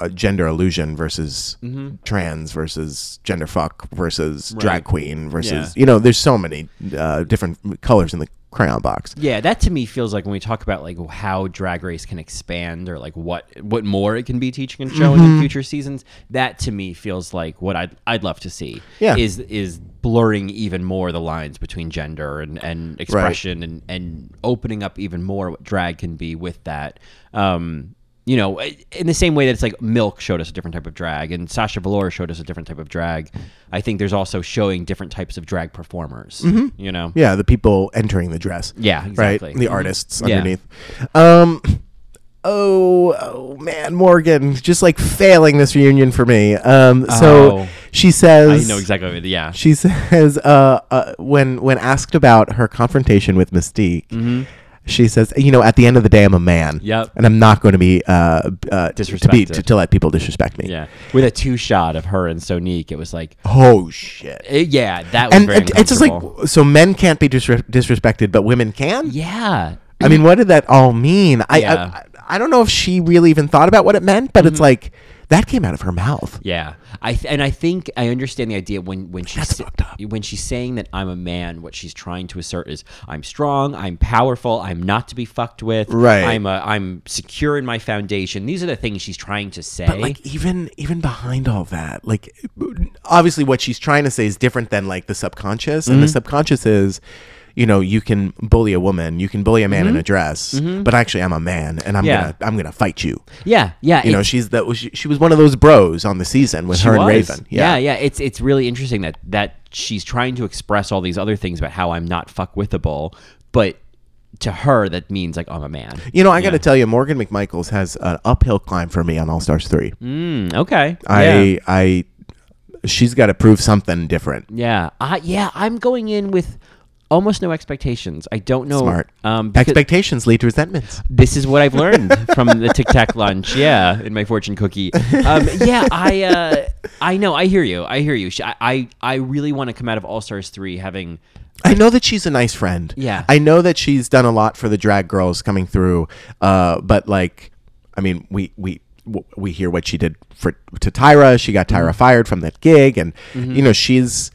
Uh, gender illusion versus
Mm-hmm.
trans versus gender fuck versus drag queen versus
Yeah.
you know, there's so many uh, different colors in the crayon box.
Yeah, that to me feels like when we talk about like how Drag Race can expand or like what what more it can be teaching and showing
Mm-hmm.
in future seasons. That to me feels like what I'd I'd love to see.
Yeah.
is is blurring even more the lines between gender and and expression and and opening up even more what drag can be with that. Um, you know, i- in the same way that it's like Milk showed us a different type of drag, and Sasha Valora showed us a different type of drag. I think there's also showing different types of drag performers. You know,
Mm-hmm. Yeah, the people entering the dress.
Yeah, exactly.
Right, the artists
Yeah.
underneath. Um, oh, oh man, Morgan, just like failing this reunion for me. Um, so
Oh.
she says,
I know exactly. What, yeah,
She says, uh, uh, when when asked about her confrontation with Mystique, she says, you know, at the end of the day, I'm a man.
Mm-hmm. Yep.
And I'm not going to be uh, b- uh, to be
Disrespected.
to, to let people disrespect me.
Yeah, with a two shot of her and Sonique, it was like,
Oh shit.
eh, yeah, that was
And
very
it- it's just like
uncomfortable.
so men can't be disre- disrespected, but women can.
yeah,
I mean, what did that all mean? I,
Yeah. Mm-hmm.
I I don't know if she really even thought about what it meant, but it's like that came out of her mouth.
yeah. I th- and I think I understand the idea when when she's
That's fucked up.
when she's saying that I'm a man. What she's trying to assert is I'm strong, I'm powerful, I'm not to be fucked with.
Right.
I'm a, I'm secure in my foundation. These are the things she's trying to say.
But like even even behind all that, like obviously what she's trying to say is different than like the subconscious,
Mm-hmm.
and the subconscious is. You know, you can bully a woman, you can bully a man in a dress, but actually, I'm a man, and I'm
Mm-hmm. Yeah.
gonna, I'm gonna fight you.
yeah, yeah.
You know,
it's-
she's the, she, she was one of those bros on the season with
She
her and
was.
Raven.
yeah, It's it's really interesting that that she's trying to express all these other things about how I'm not fuck withable, but to her that means like I'm a man.
You know, I got to tell you, Morgan McMichaels has an uphill climb for me on All Stars Three.
Mm, okay.
I
yeah.
I she's got to prove something different.
yeah. I yeah, I'm going in with almost no expectations. I don't know
Smart.
um because
Expectations lead to resentments.
this is what I've learned from the Tic Tac lunch. Yeah, in my fortune cookie. Um, yeah, I uh, I know. I hear you. I hear you. She- I I, I really want to come out of All Stars 3 having
I know that she's a nice friend.
Yeah.
I know that she's done a lot for the drag girls coming through. Uh, but like, I mean, we we w- we hear what she did for to Tyra. She got
Mm-hmm.
Tyra fired from that gig, and you know she's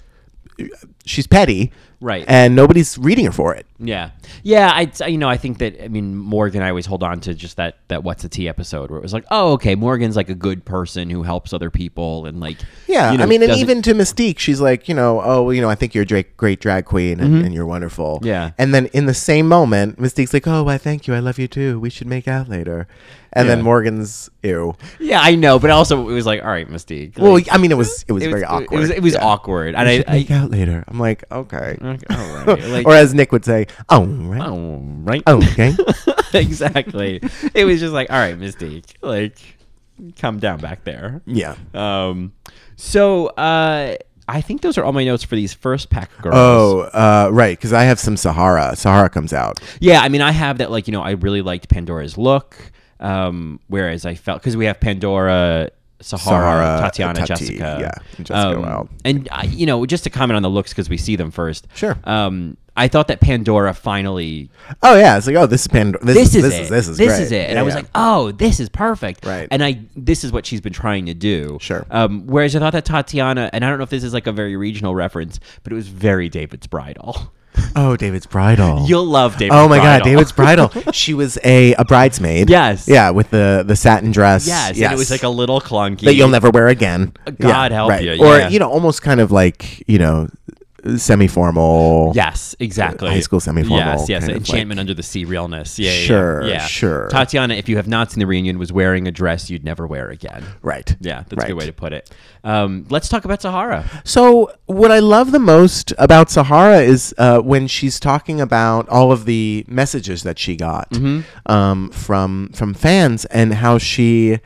she's petty,
Right.
And nobody's reading her for it.
Yeah, yeah. I I- you know I think that I mean Morgan. I always hold on to just that that what's a tea episode where it was like, oh, okay, Morgan's like a good person who helps other people and like
Yeah,
you know,
I mean, and
doesn't-
even to Mystique, she's like, you know, oh, well, you know, I think you're a great, great drag queen and, and you're wonderful.
Mm-hmm. Yeah.
And then in the same moment, Mystique's like, oh, I thank you, I love you too. We should make out later. And
Yeah.
then Morgan's ew.
yeah, I know, but also it was like, all right, Mystique.
Well,
like,
I mean, it was it was
it was-
very awkward.
It was, it was
Yeah.
awkward, and
We
I,
should
I
make out later. I'm like, okay.
okay, all right, like,
or as Nick would say, oh, right.
oh, right,
okay.
exactly. it was just like, all right, Mystique, like, come down back there.
yeah.
Um, so uh, I think those are all my notes for these first pack girls.
Oh, uh, right. Because I have some Sahara. Sahara comes out.
Yeah, I mean, I have that. Like, you know, I really liked Pandora's look. Um, whereas I felt because we have Pandora, Sahara,
Sahara, uh,
Tatiana,
Tati,
Jessica,
yeah, and Jessica
um,
Wilde.
and I, you know, just to comment on the looks because we see them first.
Sure.
Um, I thought that Pandora finally
Oh yeah. It's like, oh, this is Pandora. This,
this, is,
this
it.
is this is great.
it. And
Yeah,
I was
yeah.
like, oh, this is perfect.
Right.
And I this is what she's been trying to do.
Sure.
Um, whereas I thought that Tatiana, and I don't know if this is like a very regional reference, but it was very David's Bridal.
oh, David's bridal.
You'll love David's
Oh my God,
Bridal.
David's bridal. she was a, a bridesmaid.
Yes.
Yeah, with the the satin dress.
Yes, and it was like a little clunky.
that you'll never wear again.
God help you, yeah.
Or you know, almost kind of like you know, semi formal.
Yes, exactly.
High school semi-formal
Yes, yes.
kind of,
Enchantment under the sea realness. Yeah, yeah, yeah,
Sure,
yeah.
sure.
Tatiana, if you have not seen the reunion, was wearing a dress you'd never wear again.
Right.
Yeah, that's a
Right.
good way to put it. Um, let's talk about Sahara.
So what I love the most about Sahara is uh, when she's talking about all of the messages that she got
Mm-hmm.
um, from from fans and how she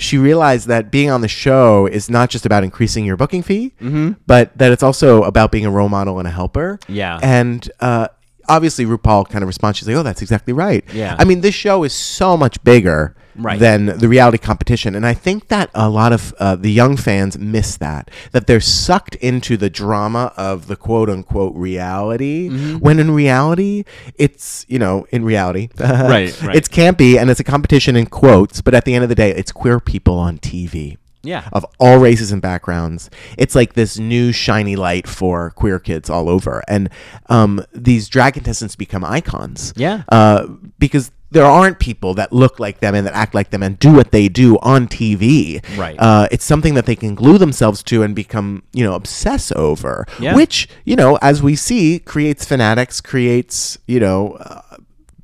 she realized that being on the show is not just about increasing your booking fee,
Mm-hmm.
but that it's also about being a role model and a helper.
Yeah.
and. Uh, Obviously, RuPaul kind of responds. She's like, "Oh, that's exactly right."
Yeah.
I mean, this show is so much bigger
Right.
than than the reality competition. And I think that a lot of uh, the young fans miss that, that they're sucked into the drama of the quote unquote reality,
Mm-hmm.
when in reality, it's, you know, in reality,
Right, right.
it's campy and it's a competition in quotes, but at the end of the day, it's queer people on TV.
Yeah.
of all races and backgrounds. It's like this new shiny light for queer kids all over, and um, these drag contestants become icons.
Yeah.
uh, because. There aren't people that look like them and that act like them and do what they do on TV.
Right.
Uh, it's something that they can glue themselves to and become, you know, obsess over.
Yeah.
Which, you know, as we see, creates fanatics, creates, you know, uh,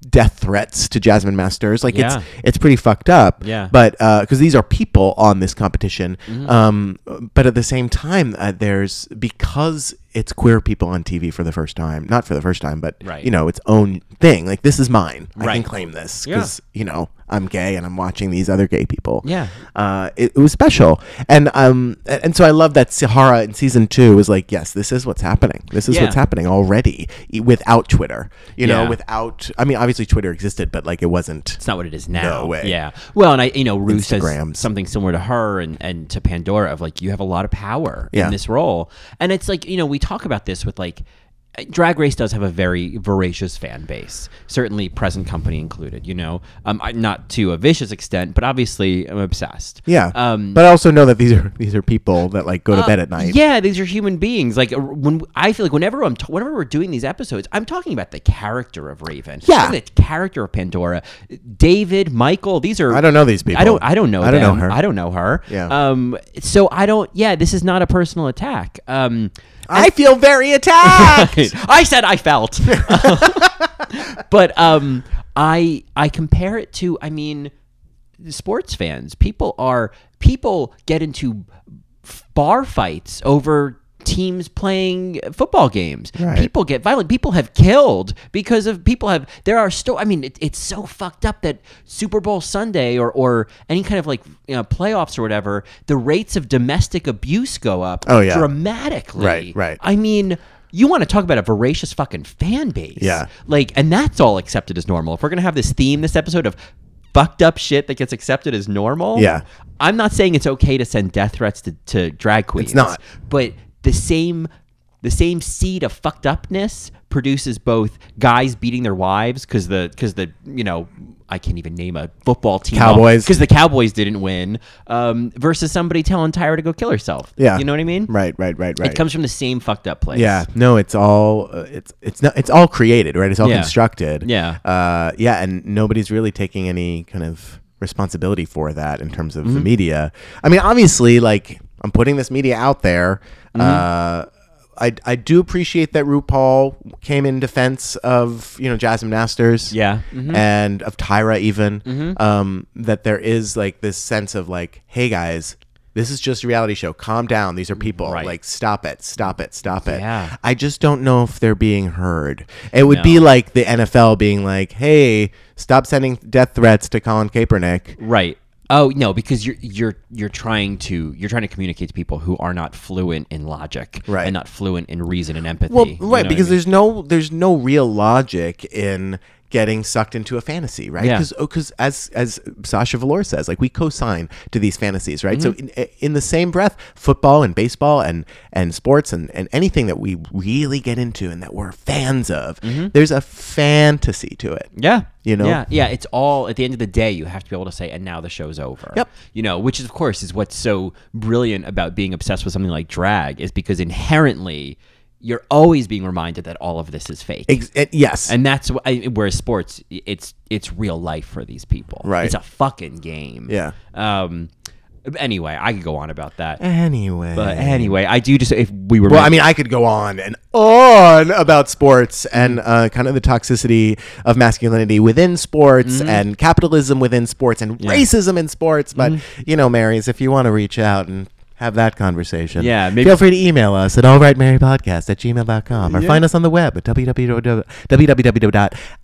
death threats to Jasmine Masters. Like
Yeah.
it's it's pretty fucked up.
Yeah.
But because these are people on this competition,
Mm-hmm.
um, but at the same time, uh, there's because it's queer people on TV for the first time, not for the first time, but
Right.
you know, its own thing. Like this is mine. I can
Right.
claim this
Yeah.
because you know I'm gay and I'm watching these other gay people.
Yeah.
Uh, it, it was special, and um, a- and, so I love that Sahara in season two was like, yes, this is what's happening. This is
Yeah.
what's happening already e- without Twitter. You
Yeah.
know, without. I mean, obviously Twitter existed, but like it wasn't.
It's not what it is now.
No way.
Yeah. Well, and I, you know, Rue says
Instagrams.
something similar to her and, and to Pandora of like, you have a lot of power
Yeah.
in this role. And it's like, you know, we talk about this with like, Drag Race does have a very voracious fan base, certainly present company included, you know, um, I- not to a vicious extent, but obviously I'm obsessed.
Yeah,
Um, Oh,
but I also know that these are these are people that like go to bed at night.
Yeah, these are human beings. Like uh, when I feel like whenever I'm t- whenever we're doing these episodes, I'm talking about the character of Raven. I'm
Yeah.
talking about the character of Pandora, David, Michael. These are
I don't know these people.
I don't. I don't know.
I don't know
them.
her.
I don't know her.
Yeah.
Um. So I don't. Yeah. This is not a personal attack. Um.
I feel very attacked.
I said I felt. but um, I I compare it to. I mean, sports fans. People are people get into f- bar fights over teams playing football games. People get violent. People have killed because of people have. There are still. I mean, it, it's so fucked up that Super Bowl Sunday or or any kind of like you know, playoffs or whatever, the rates of domestic abuse go up.
Oh, yeah.
dramatically.
Right, right.
I mean, you want to talk about a voracious fucking fan base.
Yeah.
Like, and that's all accepted as normal. If we're going to have this theme, this episode of fucked up shit that gets accepted as normal.
Yeah.
I'm not saying it's okay to send death threats to, to drag queens. It's
not.
But the same the same seed of fucked upness produces both guys beating their wives because the because the you know I can't even name a football team
Cowboys.
because the Cowboys didn't win um, versus somebody telling Tyra to go kill herself.
Yeah.
you know what I mean.
Right, right, right, right.
It comes from the same fucked up place.
yeah, no, it's all uh, it's it's not it's all created, right? It's all
Yeah.
constructed.
Yeah.
uh, yeah, and nobody's really taking any kind of responsibility for that in terms
Mm-hmm.
of the media. I mean, obviously, like I'm putting this media out there.
Mm-hmm.
Uh, I I do appreciate that RuPaul came in defense of you know Jasmine Masters.
Yeah. Mm-hmm.
and of Tyra even um, that there is like this sense of like, hey guys, this is just a reality show. Calm down. These are people.
Right.
Like, stop it, stop it, stop it.
Yeah.
I just don't know if they're being heard. It would be like the NFL being like, hey, stop sending death threats to Colin Kaepernick.
Right. Oh no, because you're you're you're trying to you're trying to communicate to people who are not fluent in logic,
Right.
and not fluent in reason and empathy.
Well,
You know what
right,
I
because
mean?
there's no there's no real logic in getting sucked into a fantasy, right?
Yeah.
Because as as Sasha Valor says, like we co-sign to these fantasies, right?
Mm-hmm.
So in, in the same breath, football and baseball and and sports and and anything that we really get into and that we're fans of, there's a fantasy to it.
Mm-hmm. yeah,
you know?
yeah, yeah. It's all at the end of the day, you have to be able to say, and now the show's over.
Yep.
You know, which is of course is what's so brilliant about being obsessed with something like drag is because inherently you're always being reminded that all of this is fake.
Ex- eh, yes.
and that's wh- I, whereas sports, it's it's real life for these people.
Right.
It's a fucking game.
Yeah.
Um. Anyway, I could go on about that.
anyway.
But anyway, I do just if we were
Well, I mean, I could go on and on about sports and
Mm.
uh, kind of the toxicity of masculinity within sports
Mm-hmm.
and capitalism within sports and racism in sports. But,
Mm-hmm.
you know, Marys, if you want to reach out and have that conversation,
Yeah, maybe-
feel free to email us at allrightmarypodcast at gmail.com or find us on the web at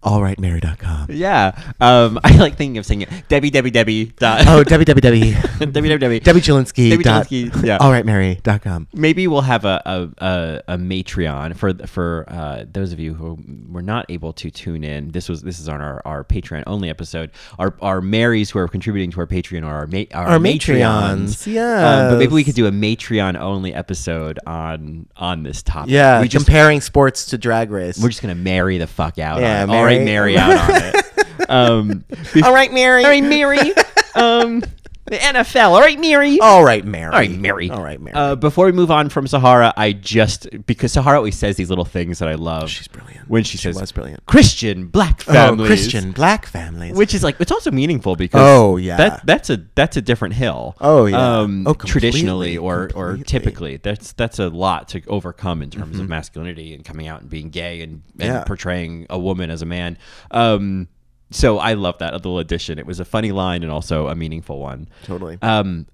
www.allrightmary.com.
yeah, um, I like thinking of saying it. www dot
Oh, www.
www
Debbie Chilinski.
Debbie
dot
Chilinski, yeah.
allrightmary.com.
Maybe we'll have a a, a, a Matreon for for uh, those of you who were not able to tune in. This was this is on our, our Patreon only episode. Our our Marys who are contributing to our Patreon are our ma- our, Um,
Our Matreons,
but maybe we
yes.
could do a Matreon only episode on on this topic.
Yeah,
we just
comparing sports to drag race.
we're just gonna marry the fuck out.
Yeah,
on it. all right,
marry-
marry out on it. Um,
All right, Mary.
All right, Mary. um, Oh, The NFL. All right, Mary.
All right, Mary.
All right, Mary.
All right, Mary.
Uh, before we move on from Sahara, I just because Sahara always says these little things that I love.
She's brilliant.
When she, says
was brilliant.
Christian black
oh,
families.
Christian black families.
Which is like it's also meaningful because
Oh, yeah.
that that's a that's a different hill.
Oh, yeah.
um,
Oh,
traditionally
completely,
or or
completely. Mm-hmm.
typically that's that's a lot to overcome in terms of masculinity and coming out and being gay and, and
Yeah.
portraying a woman as a man. Um, so I love that little addition. It was a funny line and also a meaningful one.
totally.
Um,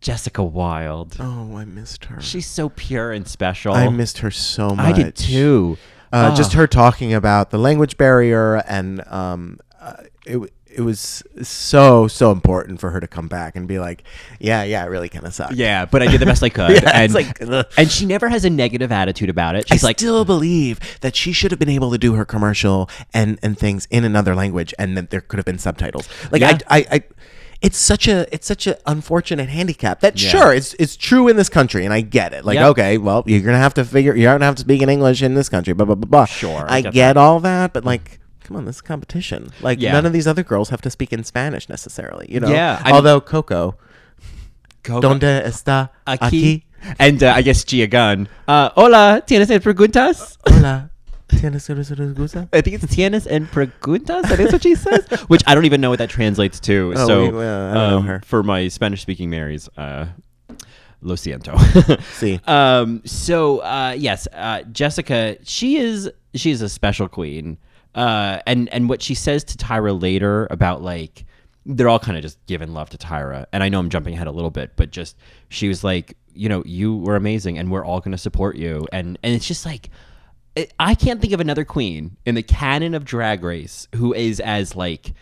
Jessica Wilde.
oh, I missed her.
She's so pure and special.
I missed her so much.
Oh. I did too. Ah.
Uh, Just her talking about the language barrier, and um, uh, it w- it was so so important for her to come back and be like, yeah, yeah, it really kind of sucks.
Yeah, but I did the best I could.
Yeah,
and,
it's like, ugh.
and she never has a negative attitude about it.
I
She's like,
still believe that she should have been able to do her commercial and, and things in another language, and that there could have been subtitles. Like
Yeah.
I, I, I, it's such a it's such an unfortunate handicap. That
Yeah.
sure it's it's true in this country, and I get it. Like
Yep.
okay, well you're gonna have to figure you're gonna have to speak in English in this country. Blah blah blah blah.
Sure, I
I,
get
get, all that, but like. Come on, this is competition. Like
Yeah.
none of these other girls have to speak in Spanish necessarily, you know.
Yeah, I mean-
Although Coco,
"Go- go-
donde está
aquí.
aquí?
And uh, I guess Gia Gunn. Uh, Hola, ¿tienes en preguntas?
Hola, ¿tienes una gusta?
I think it's tienes en preguntas. That is what she says. Which I don't even know what that translates to.
Oh,
so
we- well, I don't know
um,
her.
for my Spanish speaking Marys, uh, lo siento.
See.
Um, so uh, yes, uh, Jessica, she is she is a special queen. Uh, and and what she says to Tyra later about like they're all kind of just giving love to Tyra. And I know I'm jumping ahead a little bit, but just she was like, you know, you were amazing, and we're all going to support you. And and it's just like. I- I can't think of another queen in the canon of Drag Race who is as like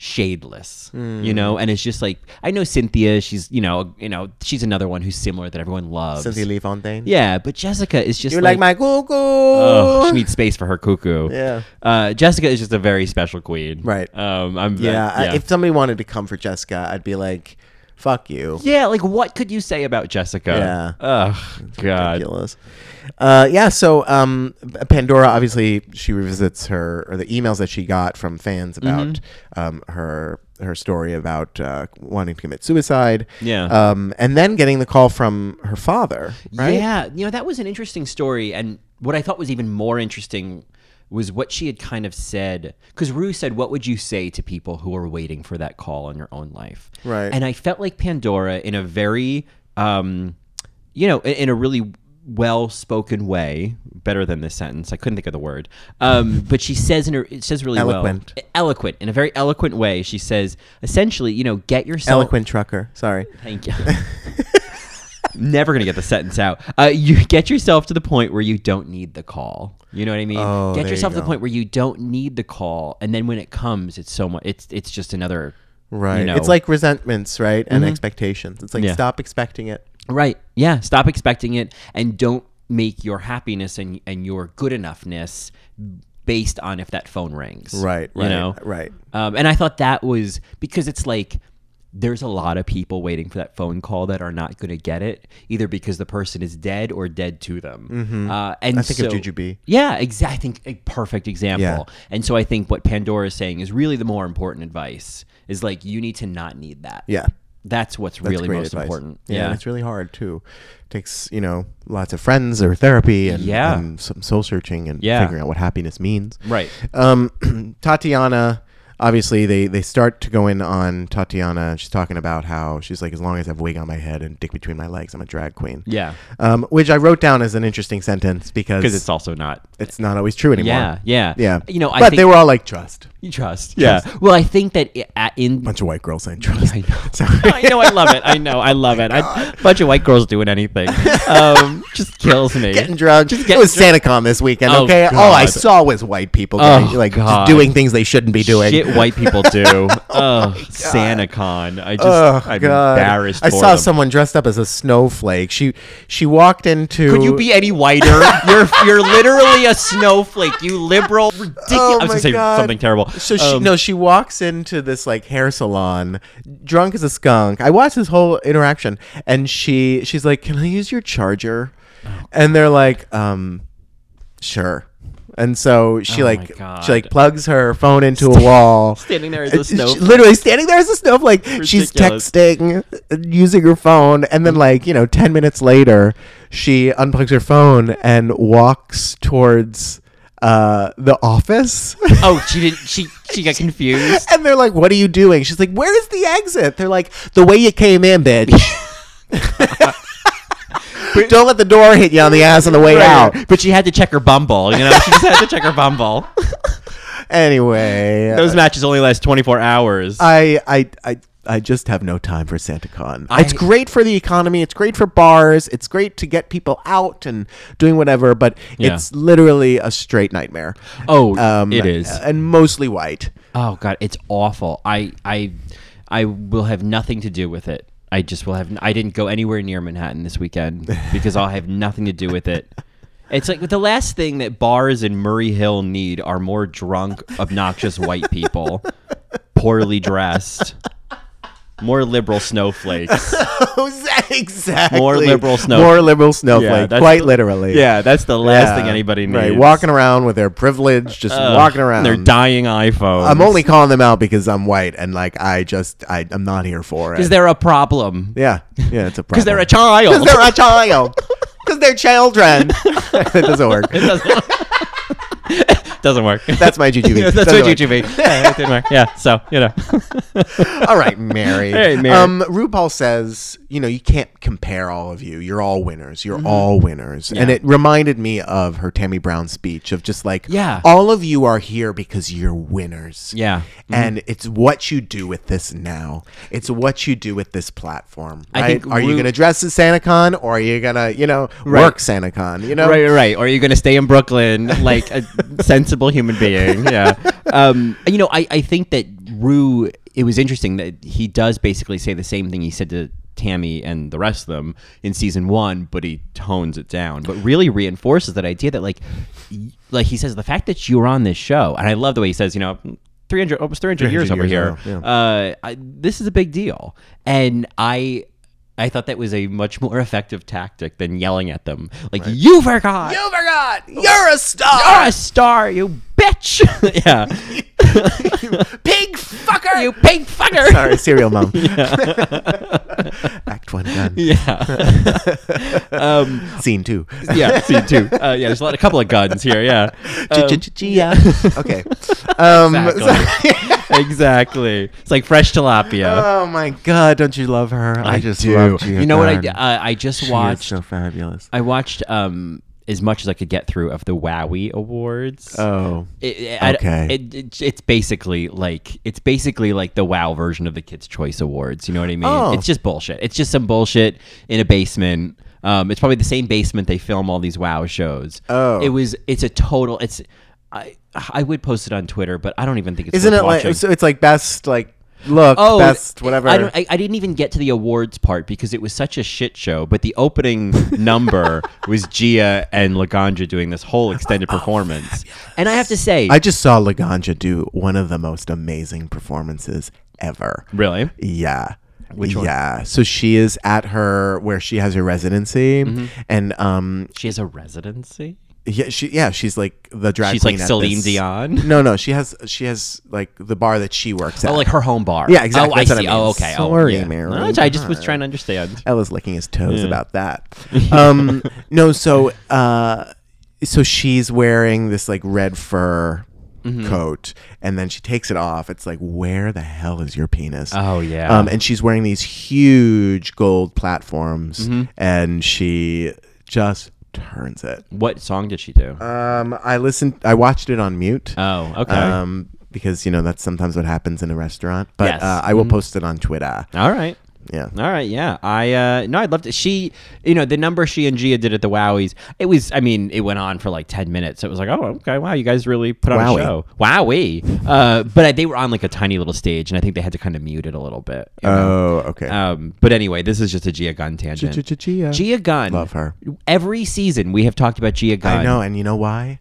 shadeless, you know, and it's just like I know Cynthia. She's you know you know she's another one who's similar that everyone loves.
Cynthia Lee Fontaine.
Yeah, but Jessica is just
You
like,
like, my cuckoo?
Oh, she needs space for her cuckoo.
Yeah.
Uh, Jessica is just a very special queen.
Right.
Um. I'm.
yeah,
I-
I- If somebody wanted to come for Jessica, I'd be like, "Fuck you."
yeah. Like, what could you say about Jessica?
Yeah.
Oh God.
Ridiculous. Uh, yeah. So um, Pandora, obviously, she revisits her or the emails that she got from fans about
Mm-hmm.
um, her her story about uh, wanting to commit suicide.
Yeah.
Um, and then getting the call from her father. Right.
Yeah, you know that was an interesting story, and what I thought was even more interesting was what she had kind of said. Because Rue said, "What would you say to people who are waiting for that call in your own life?"
Right.
And I felt like Pandora in a very, um, you know, in, in a really well-spoken way, better than this sentence. I couldn't think of the word, um, but she says in her it says really well-
Eloquent.
eloquent in a very eloquent way. She says essentially, you know, get yourself
Eloquent trucker. Sorry.
Thank you. Never gonna get the sentence out. Uh, you get yourself to the point where you don't need the call. You know what I mean?
Oh,
get
there
yourself
you
to the
go.
point where you don't need the call, and then when it comes, it's so much. It's it's just another.
Right.
You know.
It's like resentments, right, and
Mm-hmm.
expectations. It's like
Yeah.
stop expecting it.
Right. Yeah. Stop expecting it, and don't make your happiness and and your good enoughness based on if that phone rings.
Right. Right.
You know.
Right.
Um, and I thought that was because it's like there's a lot of people waiting for that phone call that are not going to get it either because the person is dead or dead to them. Uh, and I
Mm-hmm. think of Juju B.
Yeah, exactly. I think a perfect example.
Yeah.
And so I think what Pandora is saying is really the more important advice is like you need to not need that.
Yeah.
That's what's
That's
really
great
most
advice.
important.
Yeah, and it's really hard too. takes you know lots of friends or therapy and,
Yeah.
and some soul searching and
Yeah.
figuring out what happiness means.
Right.
Um, Tatiana. Obviously, they they start to go in on Tatiana. She's talking about how she's like, as long as I have wig on my head and dick between my legs, I'm a drag queen.
Yeah.
Um, which I wrote down as an interesting sentence because
Because it's also not.
it's not always true anymore.
Yeah. Yeah.
Yeah.
You know, I
but
think
they were all like, trust.
you trust.
Yeah.
Trust. Well, I think that i- at- in
Bunch of white girls saying trust.
I know.
Sorry.
I know. I love it. I know. I love it. A bunch of white girls doing anything um, just kills me.
getting drunk.
Just
it
getting
was
drunk.
SantaCon this weekend.
Oh,
okay, all I
God.
saw was white people
Oh,
getting, like
God.
just doing things they shouldn't be doing.
Shit, white people do. oh, SantaCon. I just
Oh,
I'm
God.
embarrassed.
I
for
saw
them.
someone dressed up as a snowflake. She she walked into.
Could you be any whiter? you're you're literally a snowflake. You liberal, ridiculous.
Oh,
I was
my
gonna say
God.
something terrible. Uh,
So she
um,
no, she walks into this like hair salon, drunk as a skunk. I watched this whole interaction, and she
Oh,
she's like, "Can I use your charger?" and they're like, um, "Sure." and so she
Oh my
like
God.
she like plugs her phone into a wall.
Standing there as
And
a
she-
snowflake.
literally standing there as a snowflake. She's
Ridiculous.
texting, uh, using her phone, and then like you know, ten minutes later, she unplugs her phone and walks towards uh, the office.
Oh, she didn't. She she got confused.
and they're like, "What are you doing?" She's like, "Where is the exit?" They're like, "The way you came in, bitch." Don't let the door hit you on the ass on the way out.
But she had to check her Bumble. You know, she just had to check her Bumble.
Anyway,
Those matches only last 24 hours.
I, I, I, I just have no time for SantaCon.
I-
it's great for the economy. It's great for bars. It's great to get people out and doing whatever. But
Yeah.
it's literally a straight nightmare. Um,
Oh, it is.
and mostly white.
oh God, it's awful. I I I will have nothing to do with it. I just will have. I didn't go anywhere near Manhattan this weekend because I'll have nothing to do with it. It's like the last thing that bars in Murray Hill need are more drunk, obnoxious white people, poorly dressed, more liberal snowflakes.
Oh, exactly.
More liberal snowflake.
More liberal snowflake.
that's
quite
the-
literally.
Yeah, that's the last
Yeah.
thing anybody needs.
Right, walking around with their privilege, just
Ugh,
walking around.
Their dying iPhones.
I'm only calling them out because I'm white and like I just I, I'm not here for it.
because they're a problem.
yeah, yeah, it's a problem.
Because they're a child.
Because they're a child. Because they're children. it doesn't work.
Doesn't work.
That's my GTV.
Yeah, that's
Doesn't
what you mean. Yeah, it didn't work. Yeah, so you know.
work. All right, Mary.
Hey, Mary.
Um, RuPaul says, you know, you can't compare all of you. You're all winners.
Mm-hmm.
You're all winners. And it reminded me of her Tammy Brown speech of just like,
Yeah.
all of you are here because you're winners.
Yeah. Mm-hmm.
And it's what you do with this now. It's what you do with this platform.
I
Right?
think
are you
Ru-
going to dress as SantaCon or are you going to, you know, work SantaCon? You know,
Right, right, right. Or you're gonna stay in Brooklyn like a sensible human being. Yeah. Um, you know, I, I think that Rue. It was interesting that he does basically say the same thing he said to Tammy and the rest of them in season one, but he tones it down. But really reinforces that idea that like, y- like he says, the fact that you were on this show, and I love the way he says, you know. 300 almost 300, years,
300
over
years
here
ago,
uh, I, this is a big deal and i i thought that was a much more effective tactic than yelling at them like you forgot
You forgot. You're a
you're
star.
a star, you bitch. yeah.
Pig fucker.
you pig fucker.
Sorry, serial mom. Act one done.
Yeah.
Scene two.
Yeah. See too. Uh, yeah. There's a lot, a couple of guns here. Yeah. Um,
Yeah. Okay. Um,
exactly. exactly. It's like fresh tilapia.
Oh my God! Don't you love her? I, just love
You know what I? Uh, I just watched.
so fabulous.
I watched um as much as I could get through of the Wowie Awards.
oh.
It- it- I-
Okay.
It, it- it's basically like it's basically like the WoW version of the Kids Choice Awards. You know what I mean?
Oh.
It's just bullshit. It's just some bullshit in a basement. Um, it's probably the same basement they film all these WoW shows.
Oh.
it was. It's a total. It's. I I would post it on Twitter, but I don't even think it's.
Isn't
worth
it like
watching. Oh,
so? It's like best like look, best whatever.
I, don't, I, I didn't even get to the awards part because it was such a shit show. But the opening number was Gia and Laganja doing this whole extended performance, and I have to say,
I just saw Laganja do one of the most amazing performances ever.
really,
Yeah.
Which one?
Yeah. So she is at her where she has her residency,
Mm-hmm.
and um,
she has a residency.
yeah, she yeah, she's like the drag.
She's
queen
like
at
Celine
this-
Dion.
No, no, she has she has like the bar that she works at.
Oh, like her home bar.
Yeah, exactly.
Oh,
That's
I
what I
see.
mean.
Oh, okay.
Sorry,
oh, yeah.
Mary.
No, I just was trying to understand.
Ella's licking his toes about that. Um, no, so uh, so she's wearing this like red fur
Mm-hmm.
coat, and then she takes it off. It's like, where the hell is your penis?
Oh, yeah.
Um, and she's wearing these huge gold platforms,
Mm-hmm.
and she just turns it.
What song did she do?
Um, I listened. I watched it on mute.
oh, okay.
Um, because you know that's sometimes what happens in a restaurant. But
Yes.
uh, I will post it on Twitter.
All right.
Yeah.
All right, yeah. I uh no, I'd love to. She, you know, the number she and Gia did at the Wowies, it was. I mean, it went on for like ten minutes. It was like, oh, okay, wow, you guys really put on
Wowie.
a show. Wowie. Uh, but I, they were on like a tiny little stage, and I think they had to kind of mute it a little bit. you know?
Oh, okay.
Um, but anyway, this is just a Gia Gunn tangent.
Gia.
Gia Gunn,
Love her.
Every season we have talked about Gia Gunn.
I know, and you know why?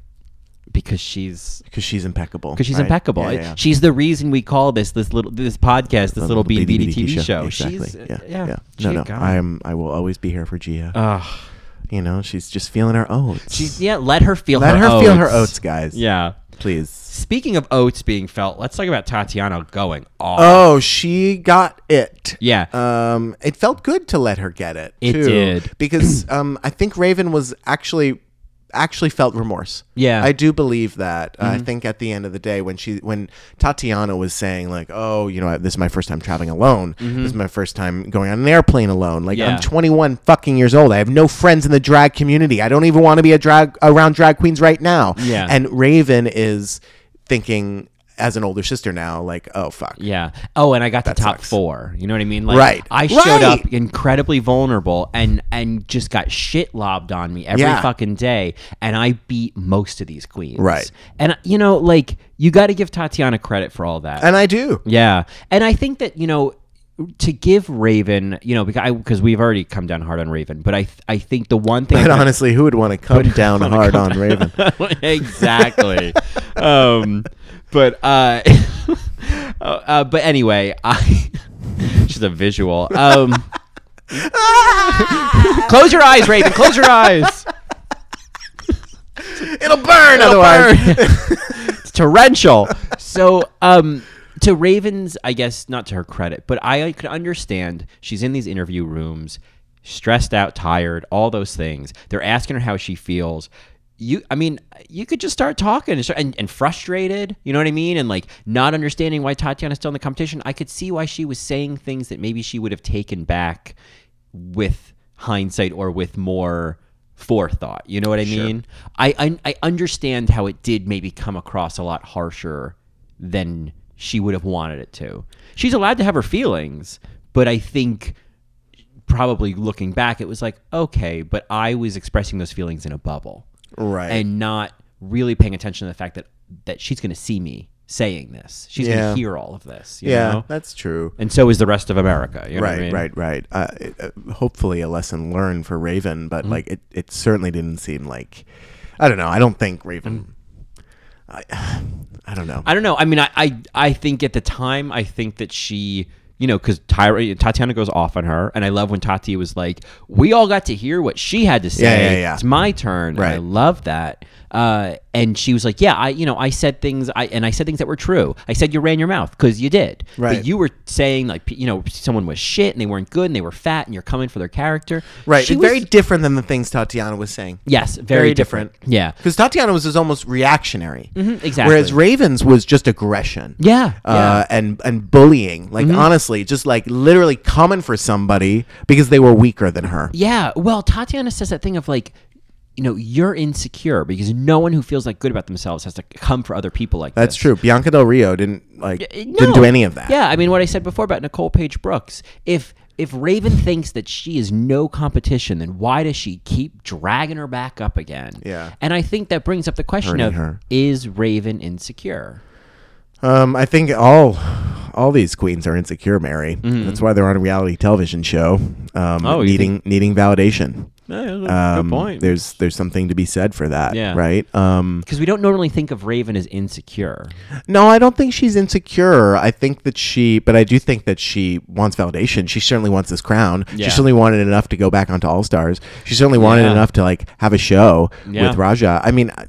because she's
Because she's impeccable.
because she's
right?
impeccable.
Yeah, yeah, yeah.
She's the reason we call this this little this podcast this little BBD TV show.
Exactly.
She's uh,
yeah.
yeah.
yeah.
Gia
No, no.
Gunn. Uh,
I'm. I will always be here for Gia.
Ugh.
You know, she's just feeling her oats.
She's yeah. Let her feel.
Let
her,
her, feel her
oats.
oats, guys.
Yeah.
please.
Speaking of oats being felt, let's talk about Tatiana going off.
Oh, she got it.
Yeah.
Um, it felt good to let her get it.
It
too,
did.
because um, I think Raven was actually actually felt remorse.
Yeah. Mm-hmm.
I do believe that. I think at the end of the day, when she when Tatiana was saying like, "Oh, you know, I- this is my first time traveling alone. This is my first time going on an airplane alone. Like,
Mm-hmm. Yeah.
I'm 21 fucking years old. I have no friends in the drag community. I don't even want to be a drag around drag queens right now."
Yeah.
and Raven is thinking. As an older sister now, like, oh fuck,
Yeah. Oh, and I got the top four. You know what I mean? Like,
Right.
I showed
Right.
up incredibly vulnerable and and just got shit lobbed on me every
Yeah.
fucking day, and I beat most of these queens.
Right.
And you know, like, you got to give Tatiana credit for all that.
and I do.
Yeah, and I think that you know to give Raven, you know, because because we've already come down hard on Raven, but I th- I think the one thing
But honestly, who would want to come down hard on Raven?
exactly. um, but uh, uh, uh, but anyway, I just a visual. Um, close your eyes, Raven. Close your eyes.
It'll burn otherwise.
it's torrential. So, um, to Ravens, I guess not to her credit, but I could understand she's in these interview rooms, stressed out, tired, all those things. They're asking her how she feels. You, I mean, you could just start talking and, start- and, and frustrated, you know what I mean? And like not understanding why Tatiana's still in the competition. I could see why she was saying things that maybe she would have taken back with hindsight or with more forethought. You know what I mean? I, I I understand how it did maybe come across a lot harsher than she would have wanted it to. She's allowed to have her feelings, but I think probably looking back it was like, okay, but I was expressing those feelings in a bubble.
Right.
And not really paying attention to the fact that that she's going to see me saying this. She's going
Yeah.
to hear all of this, you
yeah,
know?
that's true.
And so is the rest of America, you know what I
right,
mean?
right, right, Uh, it- uh, hopefully, a lesson learned for Raven, but like it, it certainly didn't seem like. I don't know. I don't think Raven. I, I don't know.
I don't know. I mean, I, I, I think at the time, I think that she, you know, because Tyra, Tatiana goes off on her, and I love when Tati was like, "We all got to hear what she had to say.
Yeah, yeah, yeah.
It's my turn." And I
Right.
love that. Uh, and she was like, "Yeah, I, you know, I said things, I and I said things that were true. I said you ran your mouth because you did,
Right.
But you were saying like, p- you know, someone was shit and they weren't good and they were fat and you're coming for their character,
right,
She
it's
was,
very different than the things Tatiana was saying.
yes, very,
very
different.
different.
Yeah, Mm-hmm,
Because Tatiana was, was almost reactionary,
exactly.
Whereas Ravens was just aggression,
Yeah, Mm-hmm.
uh, and and bullying. Like honestly, just like literally coming for somebody because they were weaker than her.
Yeah. Well, Tatiana says that thing of like, you know, you're insecure because no one who feels like good about themselves has to come for other people like
That's
this. Uh,
true. Bianca Del Rio didn't like
No.
didn't do any of that.
Yeah, I mean what I said before about Nicole Page Brooks. If if Raven thinks that she is no competition, then why does she keep dragging her back up again?
Yeah.
And I think that brings up the question
Hurting
of
her.
is Raven insecure?
Um, I think all all these queens are insecure, Mary. That's why they're on a reality television show. Um,
Mm-hmm. Oh, you
needing needing validation.
Yeah,
Um, There's there's something to be said for that.
Yeah.
Right. Um,
Because we don't normally think of Raven as insecure.
no, I don't think she's insecure. I think that she, but I do think that she wants validation. She certainly wants this crown.
Yeah.
She certainly wanted enough to go back onto All Stars. She certainly wanted
Yeah.
enough to like have a show
Yeah.
with Raja. I mean, I,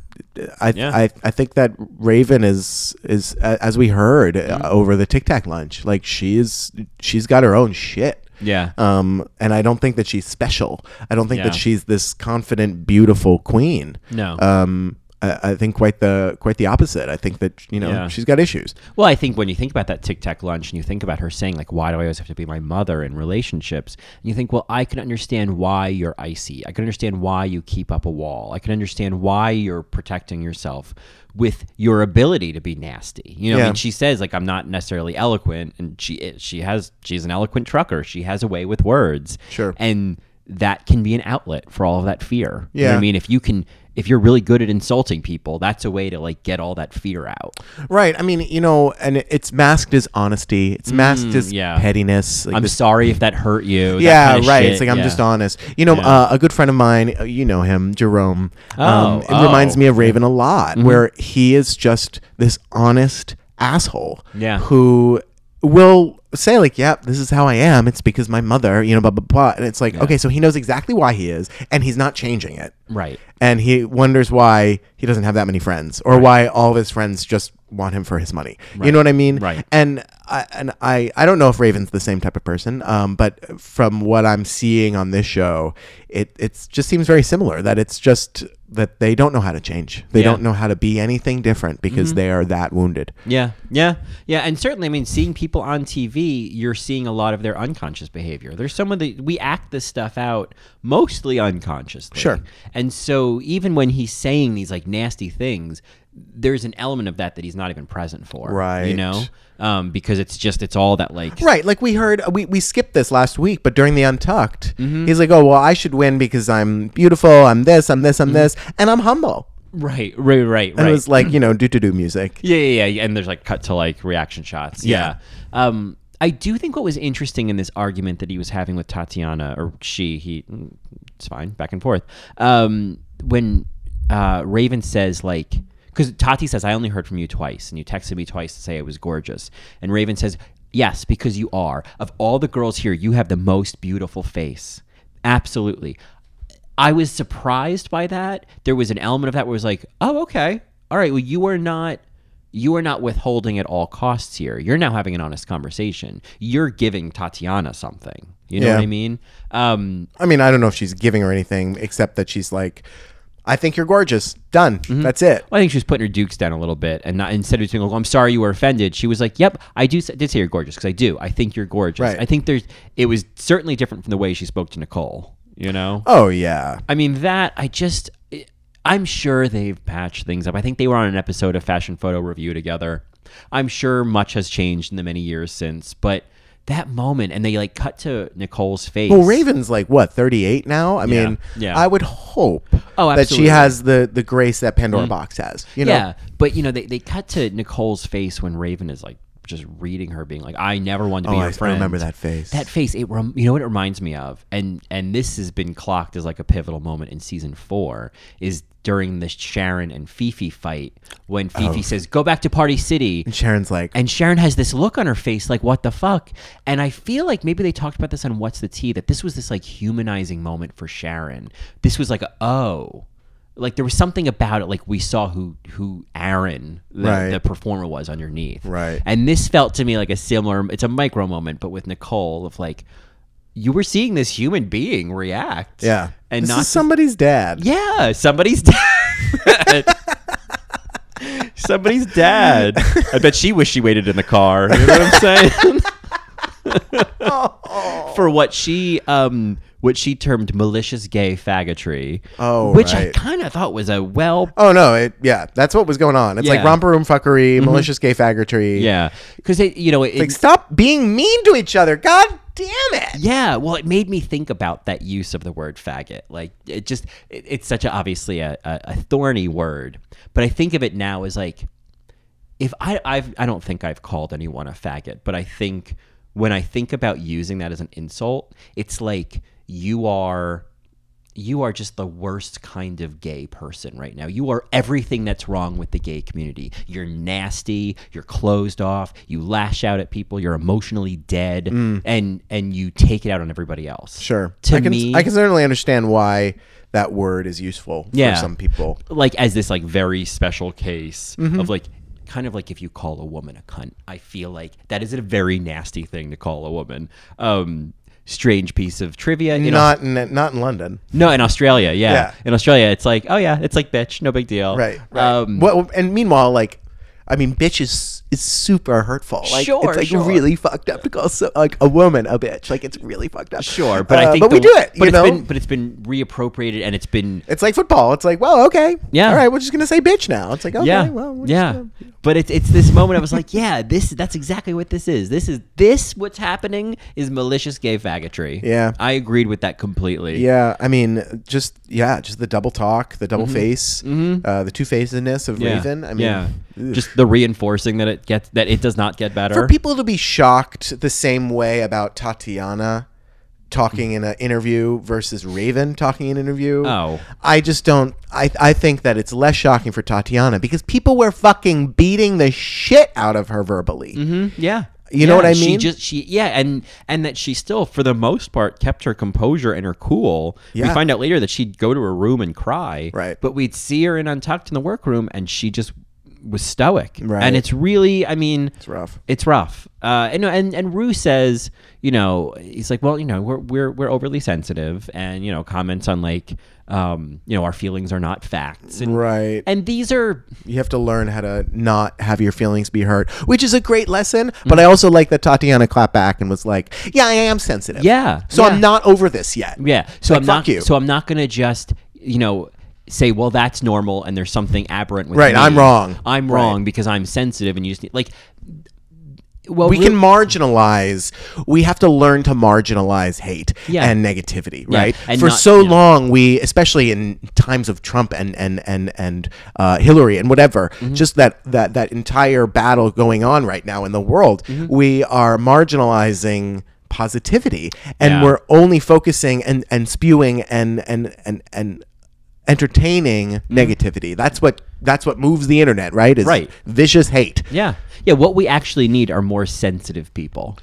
I,
Yeah.
I, I think that Raven is is a- as we heard
Mm-hmm.
uh, over the Tic Tac lunch. Like she's she's got her own shit.
Yeah.
Um, and I don't think that she's special. I don't think
Yeah.
that she's this confident, beautiful queen.
No.
Um, I, I think quite the quite the opposite. I think that you know
Yeah.
she's got issues.
Well, I think when you think about that Tic Tac lunch and you think about her saying, like, why do I always have to be my mother in relationships? And you think, well, I can understand why you're icy. I can understand why you keep up a wall. I can understand why you're protecting yourself with your ability to be nasty. You know, I
Yeah.
mean, she says, like, I'm not necessarily eloquent, and she is. She has, she's an eloquent trucker. She has a way with words.
Sure.
And that can be an outlet for all of that fear. You know what I
Yeah.
mean, if you can, if you're really good at insulting people, that's a way to, like, get all that fear out.
Right. I mean, you know, and it- it's masked as honesty. It's masked as
Mm, yeah.
pettiness. Like
I'm
this-
sorry if that hurt you. that
yeah,
kinda
right.
shit,
It's like I'm
yeah.
just honest. You know, uh, a good friend of mine, uh, you know him, Jerome. um,
Oh,
it reminds
oh. Mm-hmm.
me of Raven a lot, where he is just this honest asshole.
Yeah.
Who will say like, "Yep, this is how I am. It's because my mother, you know, blah blah blah." And it's like, okay, so he knows exactly why he is, and he's not changing it,
Right.
And he wonders why he doesn't have that many friends, or why all of his friends just want him for his money. You know what I mean?
Right.
And I, and I I don't know if Raven's the same type of person, um, but from what I'm seeing on this show, it it just seems very similar. That it's just that they don't know how to change. They
Yeah. Mm-hmm.
don't know how to be anything different because they are that wounded.
Yeah, yeah, yeah, and certainly, I mean, seeing people on TV, you're seeing a lot of their unconscious behavior. There's some of the we act this stuff out mostly unconsciously.
Sure.
And so, even when he's saying these like nasty things, there's an element of that that he's not even present for. You
Right.
know, um, because it's just it's all that like
Right, like we heard, we, we skipped this last week, but during the Untucked,
Mm-hmm.
he's like, "Oh well, I should win because I'm beautiful, I'm this, I'm
Mm-hmm.
this, I'm this, and I'm humble."
right, right, right,
And
right.
it was like, you know, do to do music.
Yeah, yeah, yeah. And there's like cut to like reaction shots. Yeah. Um, I do think what was interesting in this argument that he was having with Tatiana, or she, he, mm, it's fine, back and forth. Um, when uh, Raven says, like, because Tati says, I only heard from you twice, and you texted me twice to say it was gorgeous. And Raven says, Yes, because you are. Of all the girls here, you have the most beautiful face. Absolutely. I was surprised by that. There was an element of that where it was like, oh, okay, all right. Well, you are not, you are not withholding at all costs here. You're now having an honest conversation. You're giving Tatiana something. You know
Yeah.
what I mean? Um,
I mean, I don't know if she's giving her anything except that she's like, "I think you're gorgeous. Done.
Mm-hmm.
That's it."
well, I think she was putting her dukes down a little bit, and not instead of saying, "Oh, I'm sorry you were offended," she was like, "Yep, I do s- did say you're gorgeous because I do. I think you're gorgeous.
Right.
I think there's. It was certainly different from the way she spoke to Nicole. You know?
Oh yeah,
I mean, that I just, I'm sure they've patched things up. I think they were on an episode of Fashion Photo Review together. I'm sure much has changed in the many years since, but that moment, and they like cut to Nicole's face.
Well, Raven's like what thirty eight now. I mean,
yeah.
I would hope
Oh,
that
absolutely.
she
Mm-hmm.
has the the grace that Pandora Box has. You know,
Yeah, but you know, they, they cut to Nicole's face when Raven is like just reading her, being like, "I never wanted to be
Oh,
your
I- I
friend."
remember that face.
That face. It rem- you know what it reminds me of, and and this has been clocked as like a pivotal moment in season four is during the Sharon and Fifi fight when Fifi
Oh.
says, "Go back to Party City."
and Sharon's like,
And Sharon has this look on her face, like "What the fuck?" And I feel like maybe they talked about this on What's the Tea that this was this like humanizing moment for Sharon. This was like, a, oh, like there was something about it. Like we saw who who Aaron, the,
Right.
the performer, was underneath.
Right.
And this felt to me like a similar. It's a micro moment, but with Nicole of like, you were seeing this human being react.
"Yeah,
And
this
not
is somebody's dad."
yeah, somebody's dad. somebody's dad. I bet she wished she waited in the car. You know what I'm saying? For what she um what she termed malicious gay faggotry.
Oh,
which I
right.
kind of thought was a well
Oh no! It, yeah, that's what was going on. It's like
Yeah. Mm-hmm.
romper room fuckery, malicious gay faggotry.
yeah because it you know it,
like stop being mean to each other. God damn it!
Yeah, well, it made me think about that use of the word faggot. Like, it just, it, it's such a, obviously a, a, a thorny word. But I think of it now as like, if I, I've, I don't think I've called anyone a faggot, but I think when I think about using that as an insult, it's like you are. You are just the worst kind of gay person right now. You are everything that's wrong with the gay community. You're nasty, you're closed off, you lash out at people, you're emotionally dead, and and you take it out on everybody else.
Sure,
To
I can
me,
I can certainly understand why that word is useful
Yeah.
for some people.
like as this like very special case
Mm-hmm.
of like kind of like if you call a woman a cunt i feel like that is a very nasty thing to call a woman um strange piece of trivia you know
Not in not in London,
no in australia yeah.
Yeah.
in australia it's like oh yeah it's like bitch no big deal
right? right.
Um,
well, and meanwhile, like, I mean, bitch is is super hurtful. Like,
Sure,
it's like
sure.
really fucked up to call so, like a woman a bitch. Like, it's really fucked up.
sure but
Uh,
i think
but we
the-
do it.
but
you
it's
know,
been but it's been reappropriated and it's been
it's like football. It's like, well, okay,
Yeah.
all right, we're just gonna say bitch now. It's like, okay,
yeah,
well, we're just uh,
yeah.
gonna-
But it's it's this moment I was like, yeah, this that's exactly what this is. This is this what's happening is malicious gay faggotry.
Yeah.
I agreed with that completely.
Yeah, I mean, just yeah, just the double talk, the double face, Uh, the two facedness of
Mm-hmm. Yeah.
Raven. I mean,
yeah,
ugh.
just the reinforcing that it gets that it does not get better.
for people to be shocked the same way about Tatiana talking in an interview versus Raven talking in an interview.
Oh.
I just don't. I I think that it's less shocking
Mm-hmm.
for Tatiana because people were fucking beating the shit out of her verbally.
yeah,
You know what I mean?
She just she yeah, and and that she still for the most part kept her composure and her cool. We
Yeah.
find out later that she'd go to her room and cry.
Right.
But we'd see her in Untucked in the workroom, and she just was stoic.
Right.
And it's really, I mean, it's
rough.
It's rough. Uh, and and and Rue says, you know, he's like, well, you know, we're we're we're overly sensitive, and you know, comments on like, um, you know, our feelings are not facts, and
Right.
and these are
You have to learn how to not have your feelings be hurt, which is a great lesson. But
Mm-hmm.
I also like that Tatiana clapped back and was like, "Yeah, I am sensitive.
Yeah,
so
yeah.
I'm not over this yet.
Yeah. So
Like,
I'm
fuck
not.
you.
So I'm not gonna just you know say well that's normal and there's something aberrant with
Right,
me.
I'm wrong.
I'm
Right.
wrong because I'm sensitive and you just need, like. Well,
we
Ru-
can marginalize. We have to learn to marginalize hate
Yeah.
and negativity, right?
and
For
not-
so
yeah.
long, we, especially in times of Trump and and and and uh, Hillary and whatever,
Mm-hmm.
just that that that entire battle going on right now in the world,
Mm-hmm.
we are marginalizing positivity, and
Yeah.
we're only focusing and and spewing and and and and entertaining negativity. That's what that's what moves the internet, right? Is
Mm-hmm. Right.
Vicious hate.
Yeah. Yeah. What we actually need are more sensitive people.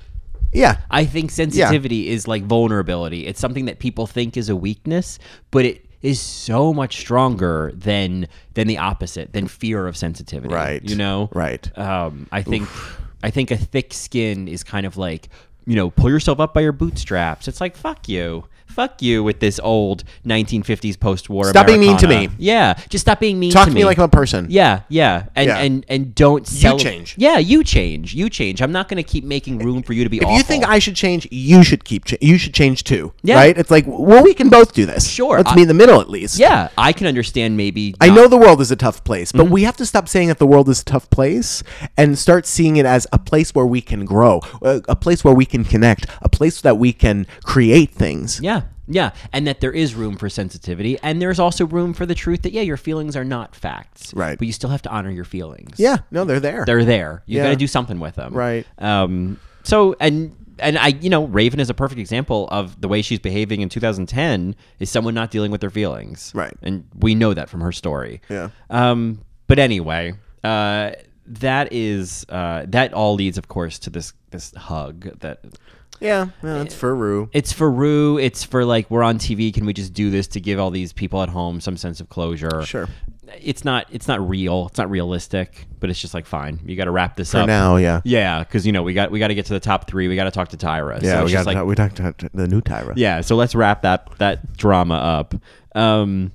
Yeah.
I think sensitivity is like vulnerability. It's something that people think is a weakness, but it is so much stronger than than the opposite, than fear of sensitivity.
Right.
You know.
Right.
Um, I think I think a thick skin is kind of like you know pull yourself up by your bootstraps. It's like fuck you. Fuck you with this old 1950s post-war.
Stop being mean to
Americana.
me.
Yeah, just stop being mean.
Talk
to
to me like I'm a person.
Yeah, yeah, and
Yeah.
and and don't cel-
change.
Yeah, you change. You change. I'm not going to keep making room for you to be.
If
awful.
you think I should change, you should keep. Cha- you should change too.
Yeah.
Right? It's like, well, we can both do this.
Sure,
Let's
I-
be in the middle at least.
Yeah, I can understand maybe.
I
not-
know the world is a tough place,
Mm-hmm.
but we have to stop saying that the world is a tough place and start seeing it as a place where we can grow, uh, a, a place where we can connect, a place that we can create things.
Yeah, yeah, and that there is room for sensitivity, and there's also room for the truth that yeah, your feelings are not facts,
Right.
But you still have to honor your feelings.
Yeah, no, they're there.
they're there. You
Yeah.
got to do something with them,
Right.
Um. So and and I, you know, Raven is a perfect example of the way she's behaving in 2010 is someone not dealing with their feelings,
Right.
And we know that from her story.
Yeah.
Um. But anyway, uh, that is uh, that all leads, of course, to this this hug that
yeah, yeah, it's for Rue.
it's for Rue. It's for like we're on TV. Can we just do this to give all these people at home some sense of closure?
Sure.
It's not. It's not real. It's not realistic. But it's just like fine. You got to wrap this up
now, yeah.
Yeah, because you know we got we got to get to the top three. We got to talk to Tyra.
Yeah,
so
we
it's just
got
like,
we talked about the new Tyra.
yeah. So let's wrap that that drama up. Um,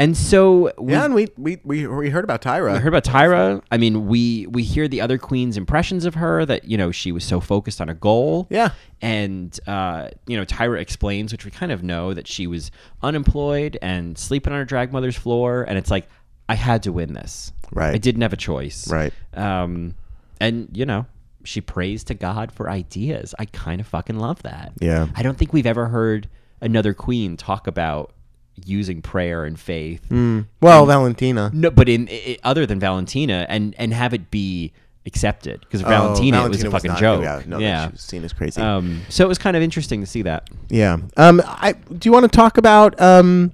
and so we
Yeah, and we we, we, we heard about Tyra.
I heard about Tyra. I mean, we we hear the other queen's impressions of her that you know she was so focused on a goal.
Yeah.
and uh, you know Tyra explains, which we kind of know, that she was unemployed and sleeping on her drag mother's floor, and it's like I had to win this.
Right.
I didn't have a choice.
Right.
Um, and you know. She prays to God for ideas. I kind of fucking love that.
Yeah.
I don't think we've ever heard another queen talk about using prayer and faith Mm.
well, Valentina.
no, but in i i other than Valentina, and and have it be accepted because Valentina,
Oh,
it was a
Valentina
fucking
not-
joke.
Yeah, no,
yeah.
That, she was seen as crazy.
Um, so it was kind of interesting to see that.
Yeah. Um. I do you want to talk about um,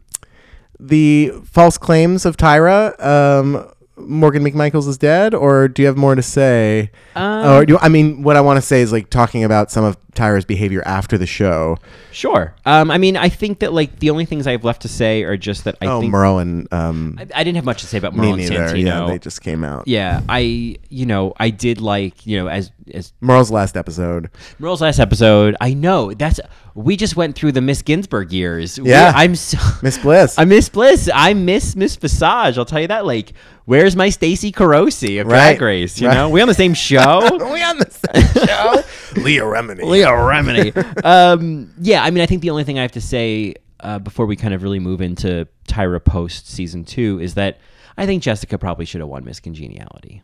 the false claims of Tyra? Um, Morgan McMichael's is dead, or do you have more to say?
Um,
or do I mean what I want to say is like talking about some of Tyra's behavior after the show.
Sure. Um, I mean, I think that like the only things I have left to say are just that I
oh,
think
Merle and um,
I, I didn't have much to say about
me
Marlon
neither.
Santino.
Yeah, they just came out.
Yeah, I you know I did like you know as as
Merle's last episode.
Merle's last episode. I know that's we just went through the Miss Ginsburg years. We-
Yeah.
I'm so
Miss Bliss.
I miss Bliss. I miss Miss Visage. I'll tell you that. Like, where's my Stacy Carosi of
Right.
Drag Race? You
Right.
know, we on the same show.
Are we on the same show? Leah Remini.
Leo Remini. um, yeah, I mean, I think the only thing I have to say uh, before we kind of really move into Tyra post season two is that I think Jessica probably should have won Miss Congeniality.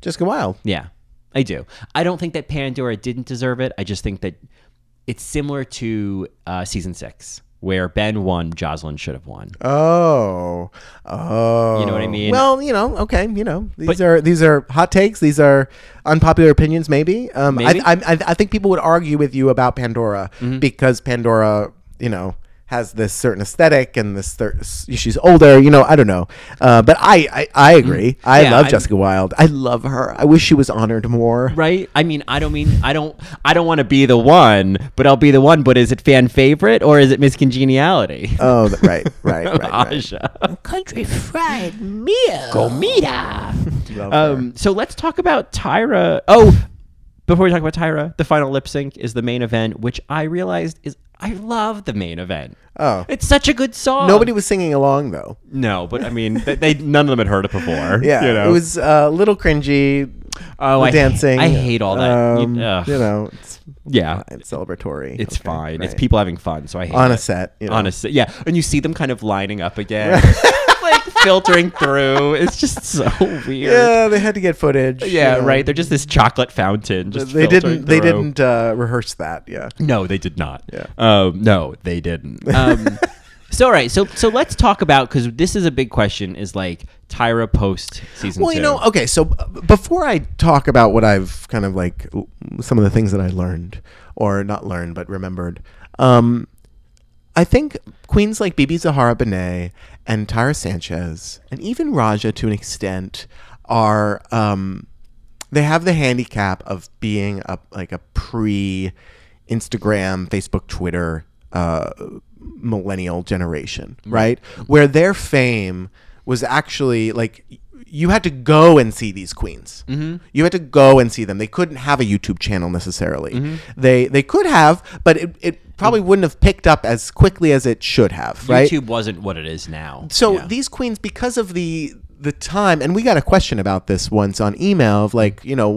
Jessica Wilde.
Yeah, I do. I don't think that Pandora didn't deserve it. I just think that it's similar to uh, season six, where Ben won, Jocelyn should have won.
Oh, oh.
You know what I mean?
Well, you know, okay, you know, these are these are hot takes. These are unpopular opinions. Maybe. Um,
Maybe. Mm-hmm.
I, I, I, I think people would argue with you about Pandora because Pandora, you know, has this certain aesthetic and this thir- she's older. You know, I don't know, uh, but I I, I agree. I
Mm-hmm. Yeah,
love
I'm-
Jessica Wilde. I love her. I wish she was honored more.
Right? I mean, I don't mean I don't I don't want to be the one, but I'll be the one. But is it fan favorite or is it Miss Congeniality?
Oh, th- right, right, right. right.
Aja.
Country fried meal.
Love her.
Um, so let's talk about Tyra. Oh, before we talk about Tyra, the final lip sync is the main event, which I realized is I love the main event.
Oh.
it's such a good song.
Nobody was singing along though.
No, but I mean, they, they none of them had heard it before.
Yeah,
you know?
it was uh, a little cringy.
Oh,
the
I ha-
dancing.
I hate all that. You-
Um,
ugh.
you know, it's,
yeah.
it's celebratory.
It's
Okay,
fine. It's
right.
people having fun. So I hate
on
it.
a set. You know.
on a set. Yeah, and you see them kind of lining up again, like filtering through. It's just so weird.
Yeah, they had to get footage.
Yeah,
you know.
right. They're just this chocolate fountain. Just
They
filtering
didn't. They
through.
didn't uh, rehearse that. Yeah.
No, they did not.
Yeah.
Um, no, they didn't. Um, so all right. So so let's talk about because this is a big question. Is like Tyra post season.
Well, you
two.
know, uh, okay, so b- before I talk about what I've kind of like l- some of the things that I learned or not learned but remembered, um, I think queens like Bibi Zahara Benet and Tyra Sanchez and even Raja to an extent are um, they have the handicap of being a like a pre Instagram, Facebook, Twitter uh, millennial generation,
Mm-hmm.
right? Where their fame was actually like y- you had to go and see these queens. You had to go and see them. They couldn't have a YouTube channel necessarily. They they could have, but it, it probably wouldn't have picked up as quickly as it should have, right?
YouTube wasn't what it is now.
So
Yeah.
these queens, because of the the time, and we got a question about this once on email of like, you know,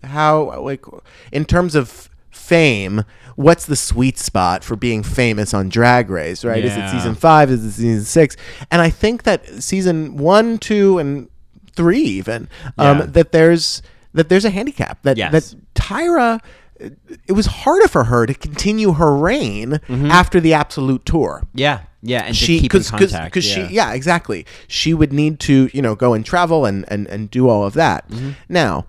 wh- how like in terms of fame, what's the sweet spot for being famous on Drag Race? Right? Is
Yeah.
it season five? Is it season six? And I think that season one, two, and three, even um,
Yeah.
that there's that there's a handicap that
Yes.
that Tyra. It was harder for her to continue her reign
Mm-hmm.
after the Absolute Tour
yeah, yeah, and
she
to keep in
because
contact
because she yeah exactly she would need to you know go and travel and and, and do all of that
Mm-hmm.
now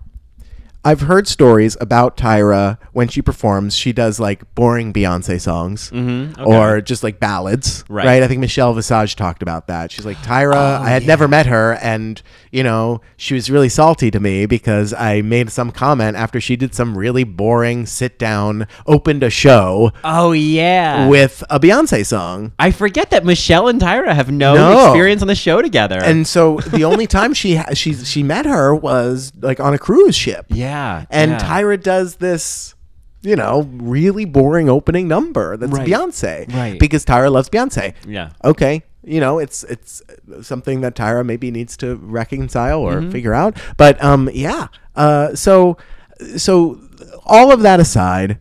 i've heard stories about tyra when she performs she does like boring beyonce songs or just like ballads
Mm-hmm. Right. Oh,
right. i think michelle visage talked about that she's like tyra i had never met her and you know she was really salty to me because i made some comment after she did some really boring sit down opened a show
Oh yeah.
with a beyonce song
I forget that Michelle and Tyra have no,
No.
experience on the show together.
And so the only time she ha- she she met her was like on a cruise ship.
yeah,
And
yeah.
Tyra does this, you know, really boring opening number that's
Right.
Beyonce,
Right.
Because Tyra loves Beyonce.
Yeah.
Okay. You know, it's it's something that Tyra maybe needs to reconcile or
Mm-hmm.
figure out. But um, yeah. Uh, so so all of that aside,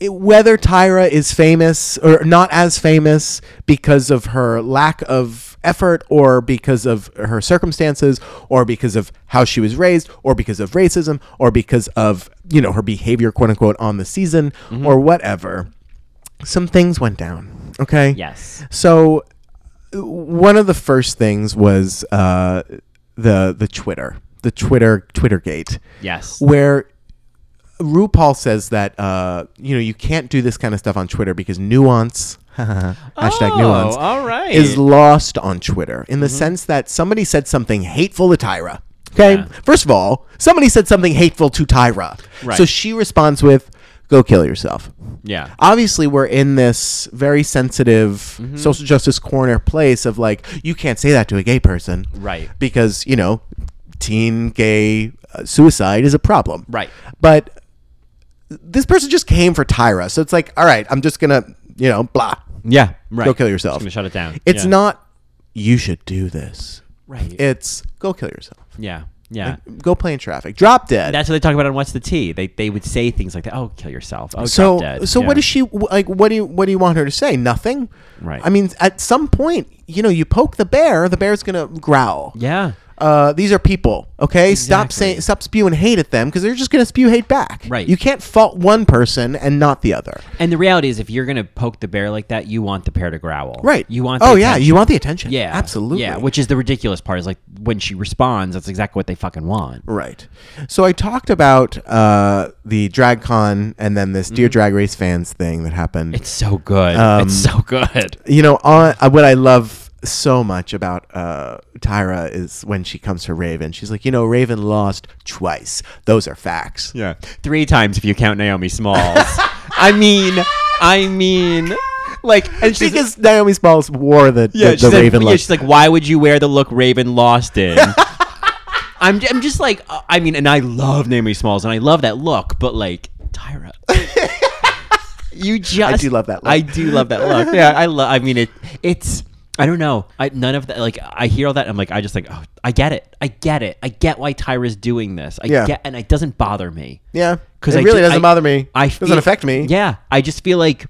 it- whether Tyra is famous or not as famous because of her lack of effort or because of her circumstances or because of how she was raised or because of racism or because of you know her behavior quote unquote on the season or whatever some things went down okay
Yes.
so uh, one of the first things was uh, the the Twitter the Twitter Twittergate
Yes.
where RuPaul says that uh, you know you can't do this kind of stuff on Twitter because nuance hashtag
Oh,
nuance
all right. Mm-hmm.
is lost on Twitter in the sense that somebody said something hateful to Tyra. Okay,
Yeah.
first of all, somebody said something hateful to Tyra,
Right.
so she responds with, "Go kill yourself."
Yeah.
obviously we're in this very sensitive
Mm-hmm.
social justice corner place of like you can't say that to a gay person
Right.
because you know teen gay uh, suicide is a problem
Right.
but this person just came for tyra so it's like all right i'm just gonna you know blah
Yeah. Right.
go kill yourself
Just gonna shut it down.
it's
Yeah.
not you should do this
Right.
it's go kill yourself
yeah. Yeah.
go play in traffic drop dead
That's what they talk about on What's the Tea. They they would say things like that. Oh, kill yourself. Oh,
so
drop dead.
so
yeah.
what is she like what do you what do you want her to say nothing
Right.
i mean at some point you know you poke the bear the bear's gonna growl
Yeah.
Uh, these are people, okay? Stop
Exactly.
saying, stop spewing hate at them because they're just gonna spew hate back.
Right.
You can't fault one person and not the other.
And the reality is, if you're going to poke the bear like that, you want the bear to growl.
Right.
You want. The
Oh yeah,
attention.
you want the attention.
Yeah.
Absolutely.
Yeah. Which is the ridiculous part is like when she responds, that's exactly what they fucking want.
Right. So I talked about uh, the drag con and then this
Mm-hmm.
Dear Drag Race fans thing that happened.
It's so good.
Um,
it's so good.
you know, on, uh, what I love so much about uh, Tyra is when she comes to Raven. She's like, you know, Raven lost twice. Those are facts.
Yeah. Three times if you count Naomi Smalls. I mean, I mean, like, and she's.
Because Naomi Smalls wore the,
yeah,
the,
she's
the
like,
Raven
yeah,
look.
she's like, why would you wear the look Raven lost in? I'm, I'm just like, uh, I mean, and I love Naomi Smalls and I love that look, but like, Tyra. you just. I
do love that look.
I do love that look. Yeah, I love, I mean, it. it's. I don't know. I none of that. Like I hear all that, I'm like, I just like, oh, I get it. I get it. I get why Tyra's doing this. I
Yeah.
get, and it doesn't bother me.
yeah. Because it
I
really
ju-
doesn't
I-
bother me.
I
doesn't
feel-
affect me.
Yeah, I just feel like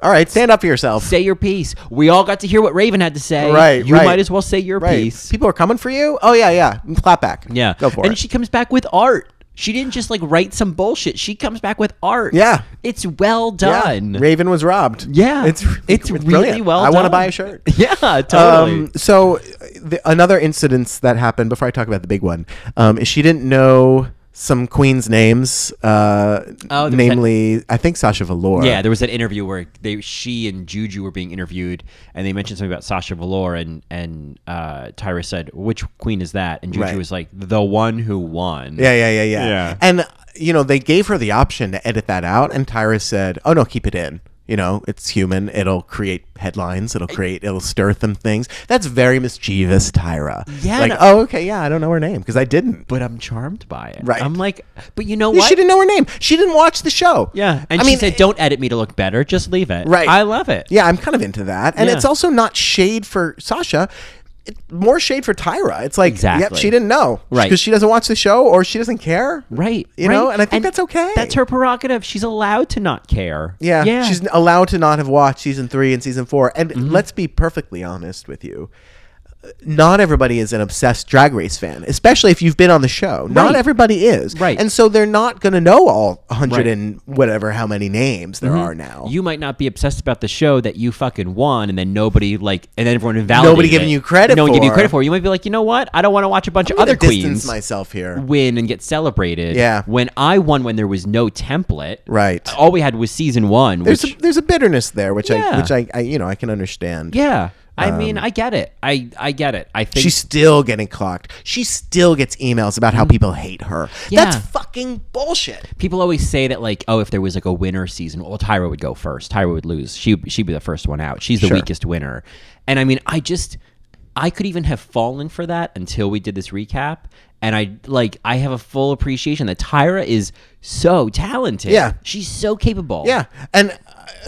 All right, stand up for yourself.
say your piece. We all got to hear what Raven had to say.
Right,
you
right.
might as well say your
right.
piece.
People are coming for you. Oh yeah, yeah. Clap back.
Yeah,
Go for
and
it.
she comes back with art. She didn't just like write some bullshit. She comes back with art.
Yeah.
it's well
Yeah.
done. Yeah,
Raven was robbed. It's
it's, really
brilliant.
well.
I
done.
want to buy a shirt.
Yeah, totally.
Um, so uh, the, another incident that happened before I talk about the big one um, is she didn't know some queens' names, uh,
Oh, there was that-
namely I think Sasha Velour.
yeah, there was that interview where they, she and Juju were being interviewed, and they mentioned something about Sasha Valor, and and uh, Tyra said, "Which queen is that?" And Juju
Right.
was like, "The one who won."
yeah, yeah, yeah, yeah,
Yeah.
And you know they gave her the option to edit that out, and Tyra said, "Oh no, keep it in." You know, it's human. It'll create headlines. It'll create. It'll stir some things. That's very mischievous, Tyra.
Yeah,
Like,
no-
oh, okay, yeah, I don't know her name because I didn't.
but I'm charmed by it.
Right.
I'm like, but you know
Yeah,
what?
She didn't know her name. She didn't watch the show.
Yeah, and
I
she
mean, eh,
said, "Don't edit me to look better. Just leave it."
Right.
I love it.
Yeah, I'm kind of into that. And
Yeah.
it's also not shade for Sasha. It, more shade for Tyra. It's like, yep,
Exactly.
she didn't know.
Right.
Because she doesn't watch the show or she doesn't care.
Right.
You
right.
know, and I think that's okay.
That's her prerogative. She's allowed to not care.
Yeah,
Yeah. Mm-hmm.
She's allowed to not have watched season three and season four. And let's be perfectly honest with you. Not everybody is an obsessed Drag Race fan, especially if you've been on the show. Not
Right.
everybody is.
Right.
And so they're not going to know all 100
Right. Mm-hmm.
and whatever how many names there are now.
you might not be obsessed about the show that you fucking won, and then nobody like, and then everyone invalidated.
Nobody giving
it.
you credit
No one giving you
for.
credit for. it. You might be like, you know what? I don't want to watch a bunch of
I'm gonna
other
distance
queens
myself here.
win and get celebrated.
Yeah.
When I won, when there was no template.
Right.
All we had was season one.
there's
which,
a, there's a bitterness there, which I
Yeah.
which I, I you know I can understand.
yeah. I mean, I get it. I I get it. I think
Um, She's still getting clocked. She still gets emails about how people hate her.
Mm. Yeah.
That's fucking bullshit.
people always say that like oh if there was like a winner season well tyra would go first tyra would lose she, she'd be the first one out she's the weakest winner and i mean i just i could even have fallen for that until we did this recap and i like i have a full appreciation that tyra is so talented
Yeah.
she's so capable
Yeah, and uh,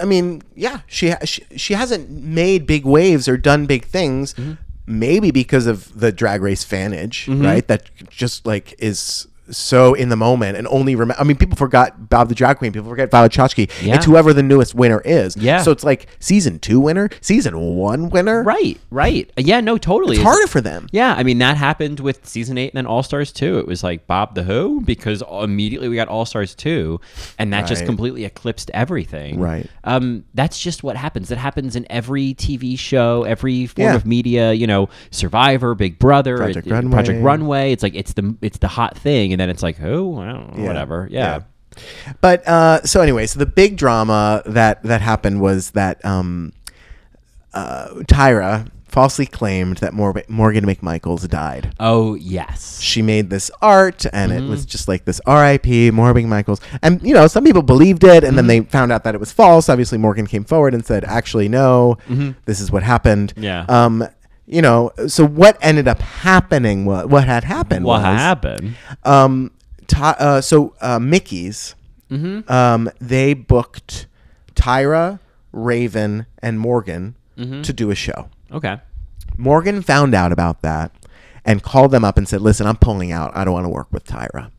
I mean, yeah, she ha- she, she hasn't made big waves or done big things.
Mm-hmm.
Maybe because of the drag race fanage, right? That just like is so in the moment and only remember. I mean, people forgot Bob the drag queen. People forget Violet Chachki.
Yeah.
It's whoever the newest winner is.
Yeah.
So it's like season two winner, season one winner.
right right yeah no totally
It's harder for them.
Yeah, I mean that happened with season eight and then All Stars two. It was like Bob the Who because immediately we got All Stars two, and that just
Right.
completely eclipsed everything.
Right.
Um, that's just what happens. That happens in every TV show, every form
Yeah.
of media. You know, Survivor, Big Brother,
Project
it- it-
Runway.
Project Runway. It's like it's the it's the hot thing, and then it's like oh I don't know,
Yeah.
whatever. Yeah.
But uh, so anyway, so the big drama that that happened was that um, uh, Tyra falsely claimed that Mor- Morgan McMichaels died.
Oh yes.
She made this art, and it
Mm-hmm.
was just like this R.I.P. Morgan McMichaels. And you know, some people believed it, and
Mm-hmm.
then they found out that it was false. Obviously, Morgan came forward and said, "Actually, no, this is what happened."
Mm-hmm. Yeah.
Um, you know, so what ended up happening? What what had happened?
What
was,
happened?
um, Ty- uh, so uh, Mickey's, um, they booked Tyra, Raven, and Morgan to do a show.
Okay.
Morgan found out about that and called them up and said, "Listen, I'm pulling out. I don't want to work with Tyra."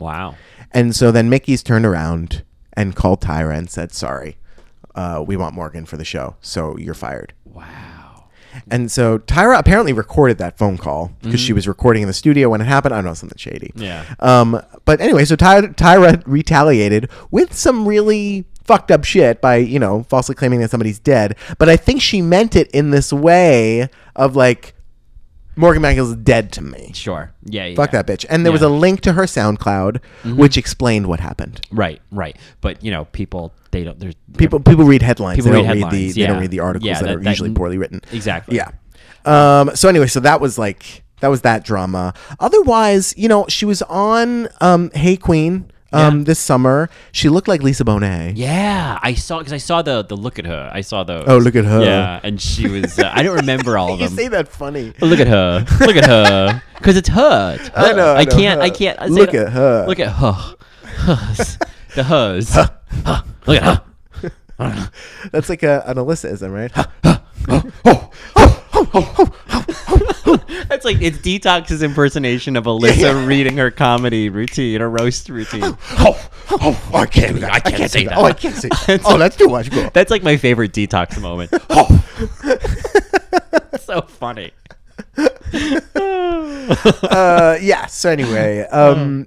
Wow.
And so then Mickey's turned around and called Tyra and said, "Sorry, uh, we want Morgan for the show, so you're fired."
Wow.
And so Tyra apparently recorded that phone call because she was recording in the studio when it happened. I don't know something shady.
Mm-hmm. Yeah.
Um. But anyway, so Ty- Tyra retaliated with some really fucked up shit by you know falsely claiming that somebody's dead. But I think she meant it in this way of like Morgan Michael's dead to me.
Sure. Yeah. yeah.
Fuck that bitch. And there was
Yeah. Mm-hmm.
a link to her SoundCloud, which explained what happened.
Right. Right. But you know, people they don't. There's
People people read headlines.
People
they
read
don't read
headlines,
the they
yeah.
don't read the articles
Yeah,
that,
that-
are
that-
usually poorly written.
Exactly.
Yeah. Um, so anyway, so that was like that was that drama. Otherwise, you know, she was on um, Hey Queen um,
Yeah.
this summer. She looked like Lisa Bonet.
Yeah, I saw because I saw the the look at her. I saw those.
Oh, look at her.
Yeah, and she was. Uh, I don't remember all of
You
them.
say that funny.
But Look at her. Look at her. Because it's her. It's
I
her.
know, I
I
know,
can't. I
her.
can't. I say
Look
it-
at her.
Look at her. Hers. the hers. Huh. Look at her.
That's like a, an Alyssaism, right?
That's like it's Detox's impersonation of Alyssa reading her comedy routine or roast routine.
oh, oh, I can't. do that. I can't,
can't
say
do
that.
that.
Oh, I can't say. that. oh, that's too much. Girl.
That's like my favorite Detox moment.
Oh.
so funny.
uh, yeah. So anyway, um,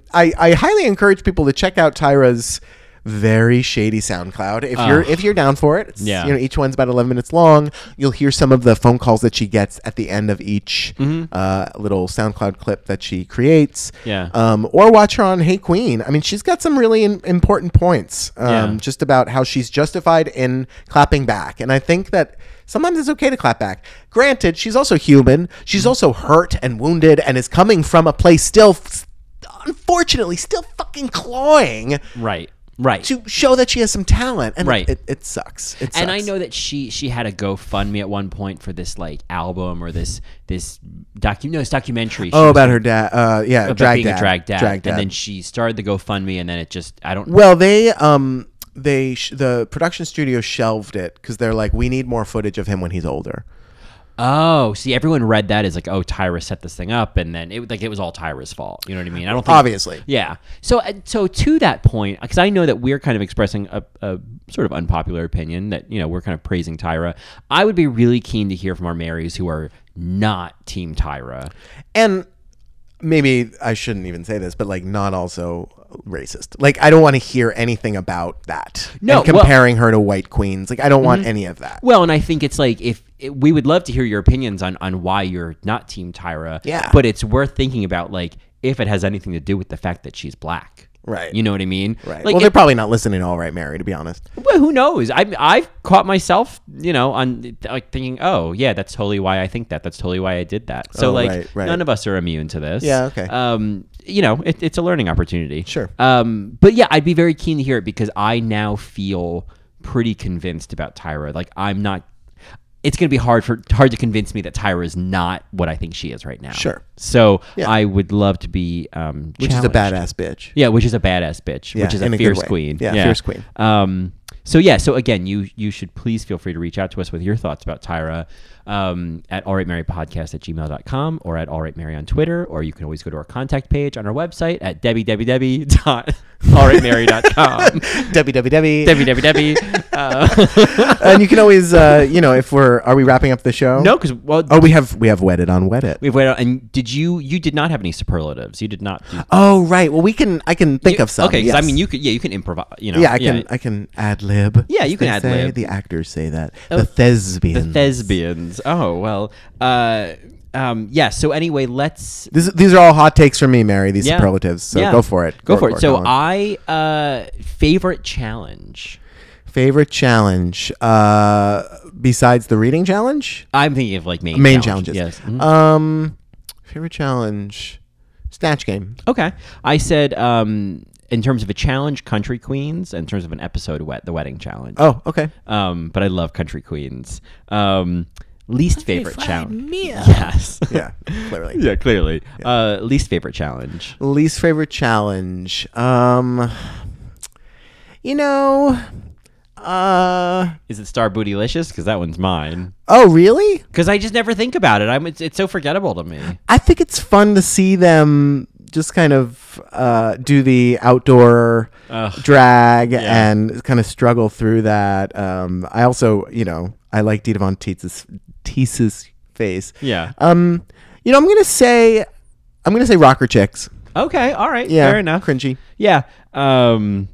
Oh.
I, I highly encourage people to check out Tyra's very shady SoundCloud if you're if you're down for it. It's,
Yeah.
You know, each one's about eleven minutes long. You'll hear some of the phone calls that she gets at the end of each
Mm-hmm.
uh, little SoundCloud clip that she creates.
Yeah.
Um, or watch her on Hey Queen. I mean, she's got some really in- important points. Um,
Yeah.
Just about how she's justified in clapping back, and I think that. Sometimes it's okay to clap back. Granted, she's also human.
Mm-hmm.
She's also hurt and wounded and is coming from a place still, f- unfortunately, still fucking clawing
Right. Right.
to show that she has some talent. And
Right.
it, it sucks. It
and I
sucks.
know that she she had a GoFundMe at one point for this like album or this this docu no it's documentary. She
Oh,
was
about her dad. Uh, yeah,
about
drag
being
dad.
a drag dad,
Drag
and then she started the GoFundMe, and then it just I don't
Well, they um they sh- the production studio shelved it because they're like, we need more footage of him when he's older.
Oh, see, everyone read that as like, oh, Tyra set this thing up, and then it like it was all Tyra's fault. You know what I mean? I don't think
Obviously.
Yeah. So, uh, so to that point, because I know that we're kind of expressing a, a sort of unpopular opinion that you know we're kind of praising Tyra. I would be really keen to hear from our Marys who are not Team Tyra.
and maybe I shouldn't even say this, but like not also racist. Like I don't want to hear anything about that.
No, Mm-hmm.
and comparing her to white queens. Like I don't want any of that.
Well, and I think it's like if it, we would love to hear your opinions on on why you're not Team Tyra.
Yeah.
But it's worth thinking about, like if it has anything to do with the fact that she's black.
Right.
You know what I mean?
Right.
Like,
well,
if-
they're probably not listening to All Right Mary, to be honest.
Well, who knows? I I've caught myself, you know, on like thinking, oh yeah, that's totally why I think that. That's totally why I did that. So
Oh,
like,
right, right.
none of us are immune to this.
Yeah, okay.
Um, you know, it, it's a learning opportunity.
Sure.
Um, but yeah, I'd be very keen to hear it because I now feel pretty convinced about Tyra. Like I'm not. It's gonna be hard for hard to convince me that Tyra is not what I think she is right now.
Sure.
So
Yeah.
I would love to be um,
Which is a
challenged.
badass bitch.
Yeah, which is a badass bitch,
Yeah,
which is
in
a
a good
fierce
way.
queen.
Yeah, fierce queen.
Um, so yeah, so again, you you should please feel free to reach out to us with your thoughts about Tyra um, at allrightmarypodcast at gmail.com or at allrightmary on Twitter, or you can always go to our contact page on our website at www.allrightmary.com.
www.
www. Uh,
and you can always, uh, you know, if we're are we wrapping up the show?
no, because well,
Oh, we have we have wedded on wedded.
we've waited. And did you you did not have any superlatives? You did not. Do,
Oh right. Well, we can. I can think
you-
of some.
Okay, 'cause
yes.
I mean, you could yeah, you can improvise. You know,
Yeah, I can. I can ad lib.
Oh, Yeah, you can ad lib.
The actors say that.
Oh,
the thespians.
The thespians. Oh well. Uh, um, yeah. So anyway, let's.
This, these are all hot takes from me, Mary. These
Yeah.
superlatives. So
Yeah.
go for it.
Go for it. So
go on.
I uh, favorite challenge.
favorite challenge uh, besides the reading challenge,
I'm thinking of like main
main
challenge.
challenges.
Yes. Mhm.
Um, favorite challenge, snatch game.
okay. I said um, in terms of a challenge, country queens. In terms of an episode, wet the wedding challenge.
Oh, okay.
Um, but I love country queens. Um, least favorite
fried
challenge.
meal.
Yes.
Yeah, clearly.
yeah. Clearly. Uh, least favorite challenge.
Least favorite challenge. Um, you know, uh,
Is it Star Bootylicious? Because that one's mine.
oh really?
Because I just never think about it. I'm. It's, it's so forgettable to me.
I think it's fun to see them just kind of uh, do the outdoor drag and kind of struggle through that. Um, I also, you know, I like Dita Von Teese's, Teese's face.
Yeah.
Um, you know, I'm gonna say, I'm gonna say rocker chicks.
Okay. All right.
Yeah,
Fair enough.
Cringy.
Yeah. Um,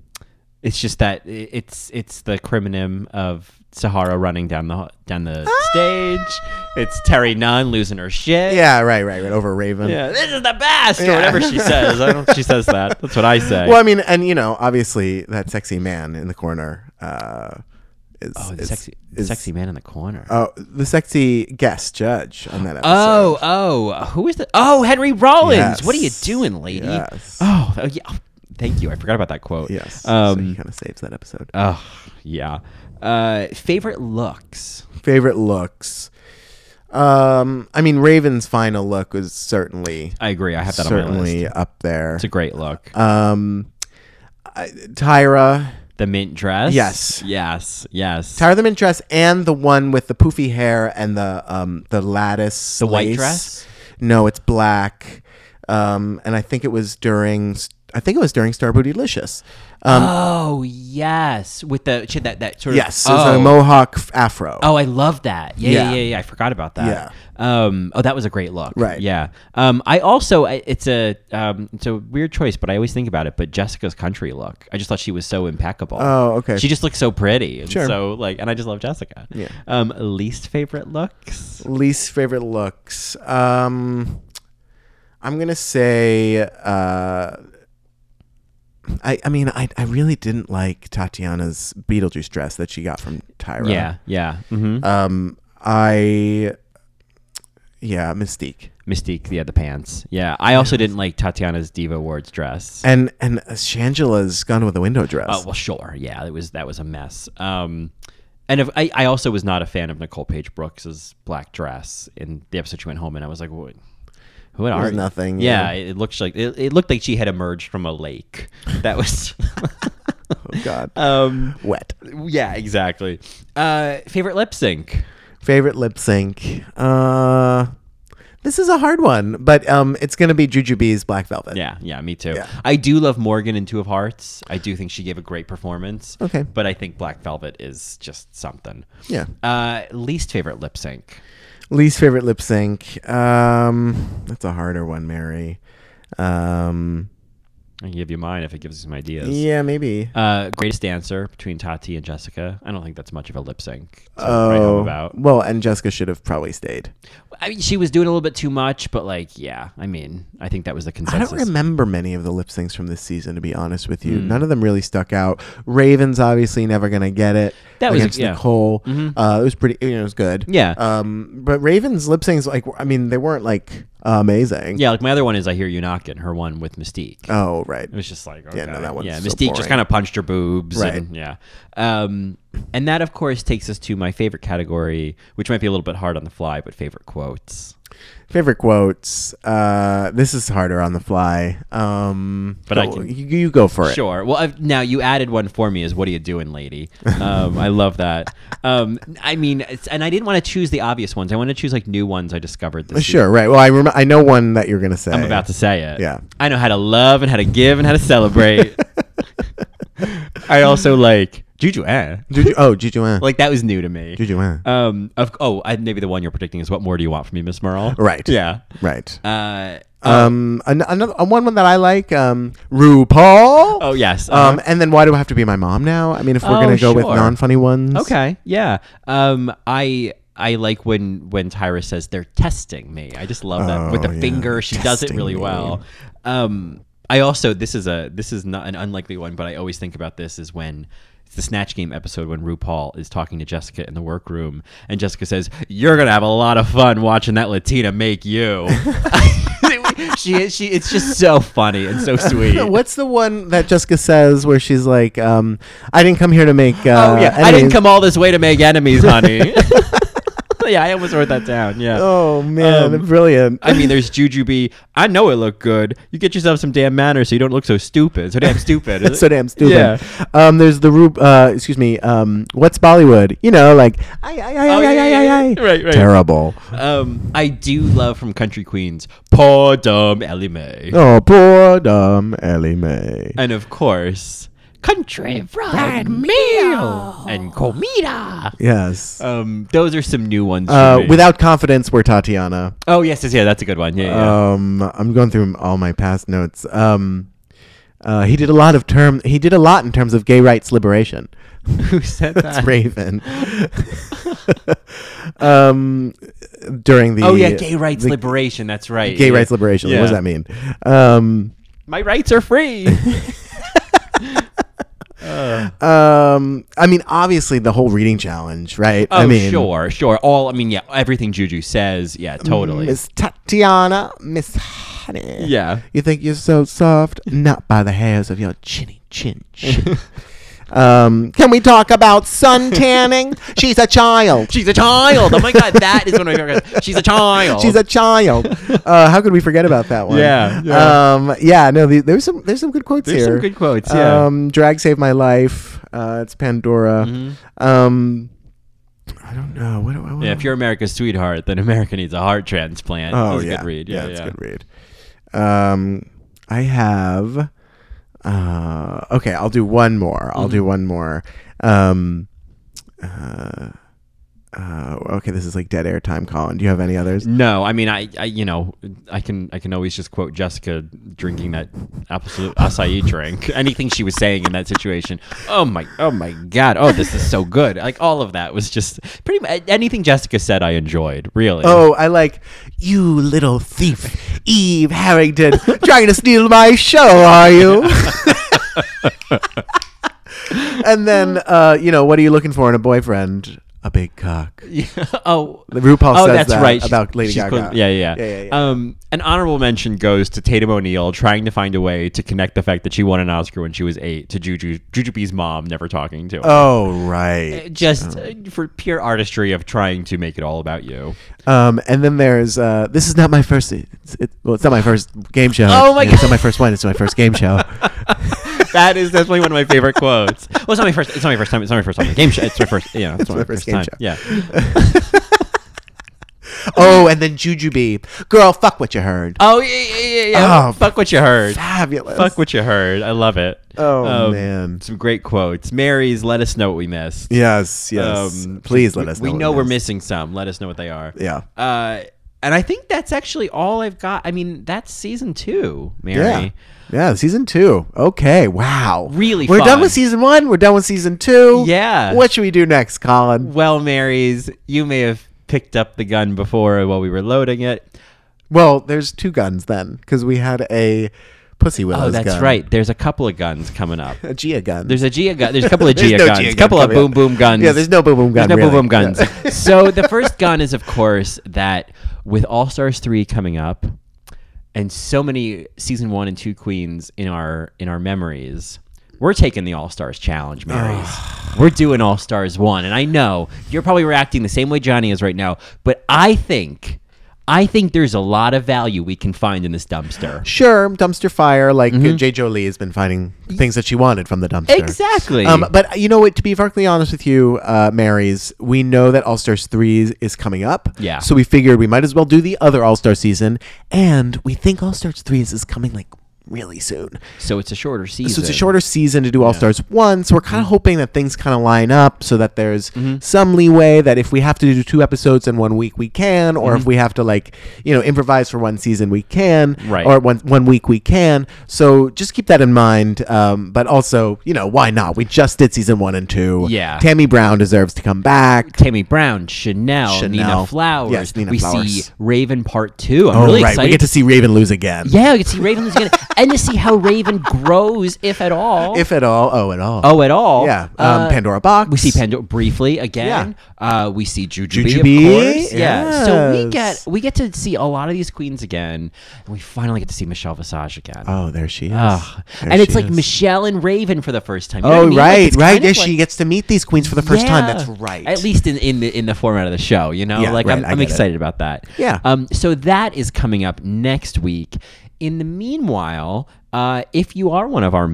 it's just that i- it's it's the criminum of Sahara running down the down the stage. It's Terry Nunn losing her shit.
Ah! Yeah, right, right, right. Over Raven.
Yeah. This is the best or whatever she says. I don't. She says that. That's what I say.
Well, I mean, and you know, obviously that sexy man in the corner. Uh, is,
oh, the
is-
sexy, the
is-
sexy man in the corner.
Oh, the sexy guest judge on that episode.
Oh, oh, who is the? Oh, Henry Rollins. What are you
Yes.
doing, lady?
Yes.
Oh, oh, yeah. Thank you. I forgot about that quote.
yes. so he
Um.
kind of saves that episode.
Oh, yeah. Uh, favorite looks.
Favorite looks. Um, I mean, Raven's final look was certainly
I agree. I have that on my list.
certainly up there.
It's a great look.
Um, I, Tyra,
the mint dress.
yes.
Yes. Yes.
Tyra the mint dress, and the one with the poofy hair and the um the lattice.
The white
lace.
dress?
No, it's black. Um, and I think it was during. I think it was during Star Booty Licious. Um,
oh yes, with the she had that that sort
yes,
of.
it was a mohawk f- afro.
Oh, I love that. Yeah, yeah,
Yeah.
yeah, yeah. I forgot about that. Yeah. Um, oh, that was a great look.
Right.
Yeah. Um, I also, I- it's a, um, it's a weird choice, but I always think about it. But Jessica's country look, I just thought she was so impeccable.
Oh, okay.
She just looked so pretty. And
Sure.
So like, and I just love Jessica.
Yeah.
Um, least favorite looks.
Least favorite looks. Um, I'm gonna say. Uh, I, I mean I, I really didn't like Tatiana's Beetlejuice dress that she got from Tyra.
Yeah. Yeah. hmm
Um, I, yeah, Mystique,
Mystique. Yeah. The pants. Yeah. I also didn't like Tatiana's Diva Awards dress.
and and Shangela's Gone with the Window dress.
Oh well, sure. Yeah, it was that was a mess. Um, and if, I, I also was not a fan of Nicole Page Brooks's black dress in the episode she went home, and I was like, what? Who are
was
you?"
nothing,
Yeah,
yeah.
It, it looked like it, it looked like she had emerged from a lake. That was.
oh God,
um,
wet.
yeah, exactly. Uh, favorite lip sync.
Favorite lip sync. Uh, this is a hard one, but um, it's gonna be Jujubee's Black Velvet.
Yeah, yeah, me too.
Yeah.
I do love Morgan in Two of Hearts. I do think she gave a great performance.
Okay.
but I think Black Velvet is just something.
Yeah.
Uh, least favorite lip sync.
Least favorite lip sync. Um, that's a harder one, Mary. Um,
I can give you mine if it gives you some ideas.
yeah, maybe.
Uh, greatest dancer between Tati and Jessica. I don't think that's much of a lip sync. To write home
oh,
about.
well, and Jessica should have probably stayed.
I mean, she was doing a little bit too much, but like, yeah. I mean, I think that was the
I
consensus.
don't remember many of the lip syncs from this season, to be honest with
Hmm.
you. None of them really stuck out. Ravens obviously never gonna get it.
That was-
against
yeah. Mm-hmm.
Nicole. Uh, it was pretty. You know, it was good.
Yeah.
Um, but Ravens lip syncs, like, I mean, they weren't like amazing.
yeah, like my other one is I hear you knocking. Her one with Mystique.
Oh, right.
it was just like okay.
Yeah, no, that one's
yeah
so
Mystique just
boring.
kind of punched her boobs.
Right.
and- yeah. Um, and that of course takes us to my favorite category, which might be a little bit hard on the fly, but favorite quotes.
Favorite quotes. Uh, this is harder on the fly. Um,
But I
go-
can-
you, you go for it.
Sure. Well, I've, now you added one for me. Is what are you doing, lady? Um, I love that. Um, I mean, it's, and I didn't want to choose the obvious ones. I want to choose like new ones I discovered this. season.
Sure. Right. Well, I rem- I know one that you're gonna say.
I'm about to say it.
Yeah.
I know how to love and how to give and how to celebrate. I also like Juju. Eh.
Juju. Oh, Juju. eh.
Like that was new to me.
Juju. eh.
Um. Of oh, I, maybe the one you're predicting is what more do you want from me, Miss Merle?
Right.
Yeah.
Right.
Uh.
Um, an- another uh, one that I like, um, RuPaul.
Oh yes. uh-huh.
Um, and then why do I have to be my mom now? I mean, if we're
Oh,
gonna go with
sure.
non-funny ones,
Okay. Yeah. Um. I I like when when Tyra says they're testing me. I just love that with
Oh,
the
yeah.
finger. She does it
Testing
really
me.
well. Um. I also this is a this is not an unlikely one, but I always think about this is when. It's the Snatch Game episode when RuPaul is talking to Jessica in the workroom, and Jessica says, "You're gonna have a lot of fun watching that Latina make you." she, she, it's just so funny and so sweet.
What's the one that Jessica says where she's like, um, "I didn't come here to make." Uh,
Oh yeah, I didn't
enemies."
come all this way to make enemies, honey. yeah, I almost wrote that down. Yeah.
Oh man,
Um,
brilliant.
I mean, there's Jujubee. I know it looked good. You get yourself some damn manners so you don't look so stupid. So damn stupid. is
so
it?
damn stupid.
Yeah.
Um, there's the Rube, uh, excuse me. Um, what's Bollywood? You know, like I, I, I,
Oh,
I,
yeah,
I,
yeah,
I, I.
yeah. Right, right.
Terrible.
Um, I do love from Country Queens, poor dumb Ellie Mae.
Oh, poor dumb Ellie Mae.
And of course, country fried meal and comida.
Yes.
Um, those are some new ones. for
Uh,
me.
without confidence, we're Tatiana.
oh yes, yes, yeah, that's a good one. Yeah, yeah.
Um, I'm going through all my past notes. Um, uh, he did a lot of term. He did a lot in terms of gay rights liberation.
who said
Uh, That's
that?
Raven. um, during the
Oh yeah, gay rights
the
liberation. That's right.
gay
Yeah.
rights liberation.
Yeah.
What does that mean? Um,
My rights are free. Uh,
um, I mean, obviously the whole reading challenge, right?
oh
I mean, Mm,
sure, sure. All I mean, yeah, everything Juju says. Yeah, totally.
Miss Tatiana, Miss Honey.
Yeah.
You think you're so soft? Not by the hairs of your chinny chin. chin. um, can we talk about sun tanning? She's a child.
She's a child. Oh my god, that is one of my favorite. She's a child.
She's a child. Uh, how could we forget about that one?
Yeah, yeah.
Um, yeah. No. The, there's some. There's some good quotes
There's
here.
some good quotes, yeah.
Um, Drag saved my life. Uh, it's Pandora.
Mm-hmm.
Um, I don't know. What do I want?
Yeah, if you're America's sweetheart, then America needs a heart transplant.
Oh
That's a
yeah.
good read. Yeah, yeah.
it's a good read. Um, I have. Uh, okay, I'll do one more. I'll
Mm-hmm.
do one more. Um, uh, uh, okay, this is like dead air time, Colin. Do you have any others?
No, I mean, I, I, you know, I can, I can always just quote Jessica drinking that absolute acai drink. Anything she was saying in that situation. Oh my, oh my God. Oh, this is so good. Like all of that was just pretty much anything Jessica said. I enjoyed really.
Oh, I like you, little thief, Eve Harrington, trying to steal my show, are you? and then, uh, you know, what are you looking for in a boyfriend? A big cock.
oh,
RuPaul
oh,
says
that's
that
right. She's-
about Lady
she's
Gaga.
called- yeah, yeah,
Yeah, yeah,
Um, an honorable mention goes to Tatum O'Neill trying to find a way to connect the fact that she won an Oscar when she was eight to Juju Jujubee's mom never talking to her.
Oh, right.
Just
Oh.
uh, for pure artistry of trying to make it all about you.
Um, and then there's uh, this is not my first. It's, it, well, it's not my first game show.
Oh my
it's, It's not my first one. It's my first game show.
That is definitely one of my favorite quotes. Well, it's not my first. It's not my first time. It's not my first time. on the Game show. It's my first. Yeah, it's,
It's
not
my
my
first
first,
game
time.
show.
Yeah.
oh, and then Jujubee, girl, fuck what you heard.
Oh yeah yeah yeah. yeah.
Oh,
Fuck what you heard.
Fabulous.
Fuck what you heard. I love it. Um,
Oh, man.
some great quotes. Mary's. Let us know what we missed.
Yes, yes.
Um,
Please let
we,
us know.
We
what
know we're
missed.
missing some. Let us know what they are.
Yeah.
Uh, and I think that's actually all I've got. I mean, that's season two, Mary.
Yeah. Yeah, season two. Okay, wow.
Really
We're done
fun.
with season one. We're done with season two.
Yeah.
What should we do next, Colin?
Well, Marys, you may have picked up the gun before while we were loading it.
Well, there's two guns then, because we had a Pussy Willows
Oh, that's
gun.
right. There's a couple of guns coming up.
A Gia gun.
There's a Gia gun. There's a couple of
There's
Gia
no
guns.
Gia
A couple of
gun coming
boom
up.
boom guns.
Yeah, there's no boom boom gun,
There's no
really.
boom boom guns.
Yeah.
so the first gun is, of course, that with All Stars three coming up, and so many season one and two queens in our in our memories, we're taking the All Stars challenge, Marys. we're doing All Stars one, and I know you're probably reacting the same way Johnny is right now, but I think. I think there's a lot of value we can find in this dumpster.
Sure, dumpster fire. Like uh, J. Jolie has been finding things that she wanted from the dumpster.
Mm-hmm. Exactly.
Um, but you know what? To be perfectly honest with you, uh, Marys, we know that All Stars three is- is coming up.
Yeah.
So we figured we might as well do the other All Star season, and we think All Stars three is, is coming like really soon.
so it's a shorter season.
So it's a shorter season to do All Stars one. So we're
Mm-hmm.
kind of hoping that things kind of line up so that there's some leeway that if we have to do two episodes in one week, we can, or
Mm-hmm.
if we have to like you know improvise for one season, we can,
Right.
Or one one week, we can. So just keep that in mind. Um, but also, you know, why not? We just did season one and two.
Yeah.
Tammy Brown deserves to come back.
Tammy Brown, Chanel,
Chanel.
Nina Flowers.
Yes, Nina
we
Flowers.
see Raven Part Two. I'm
Oh,
really
right,
excited.
we get to see Raven lose again,
yeah, we get to see Raven again, and to see how Raven grows, if at all.
if at all. Oh, at all.
oh, at all.
yeah. Um,
Uh,
Pandora box.
We see Pandora briefly again. Uh, we see Jujubee,
Jujubee,
of course. Yeah. So we
yes.
get we get to see a lot of these queens again, and we finally get to see Michelle Visage again.
Oh, there she is.
Ugh.
There
and
she
it's like
is.
Michelle and Raven for the first time. You know what I
Oh
mean? Like,
right,
it's
right.
kind of
Yes, she
like-
gets to meet these queens for the first time. That's
Yeah.
right.
At least in, in the in the format of the show, you know.
Yeah,
like
right,
I'm,
I
I'm
get it.
excited about that.
Yeah.
Um. So that is coming up next week. In the meanwhile, Uh, if you are one of our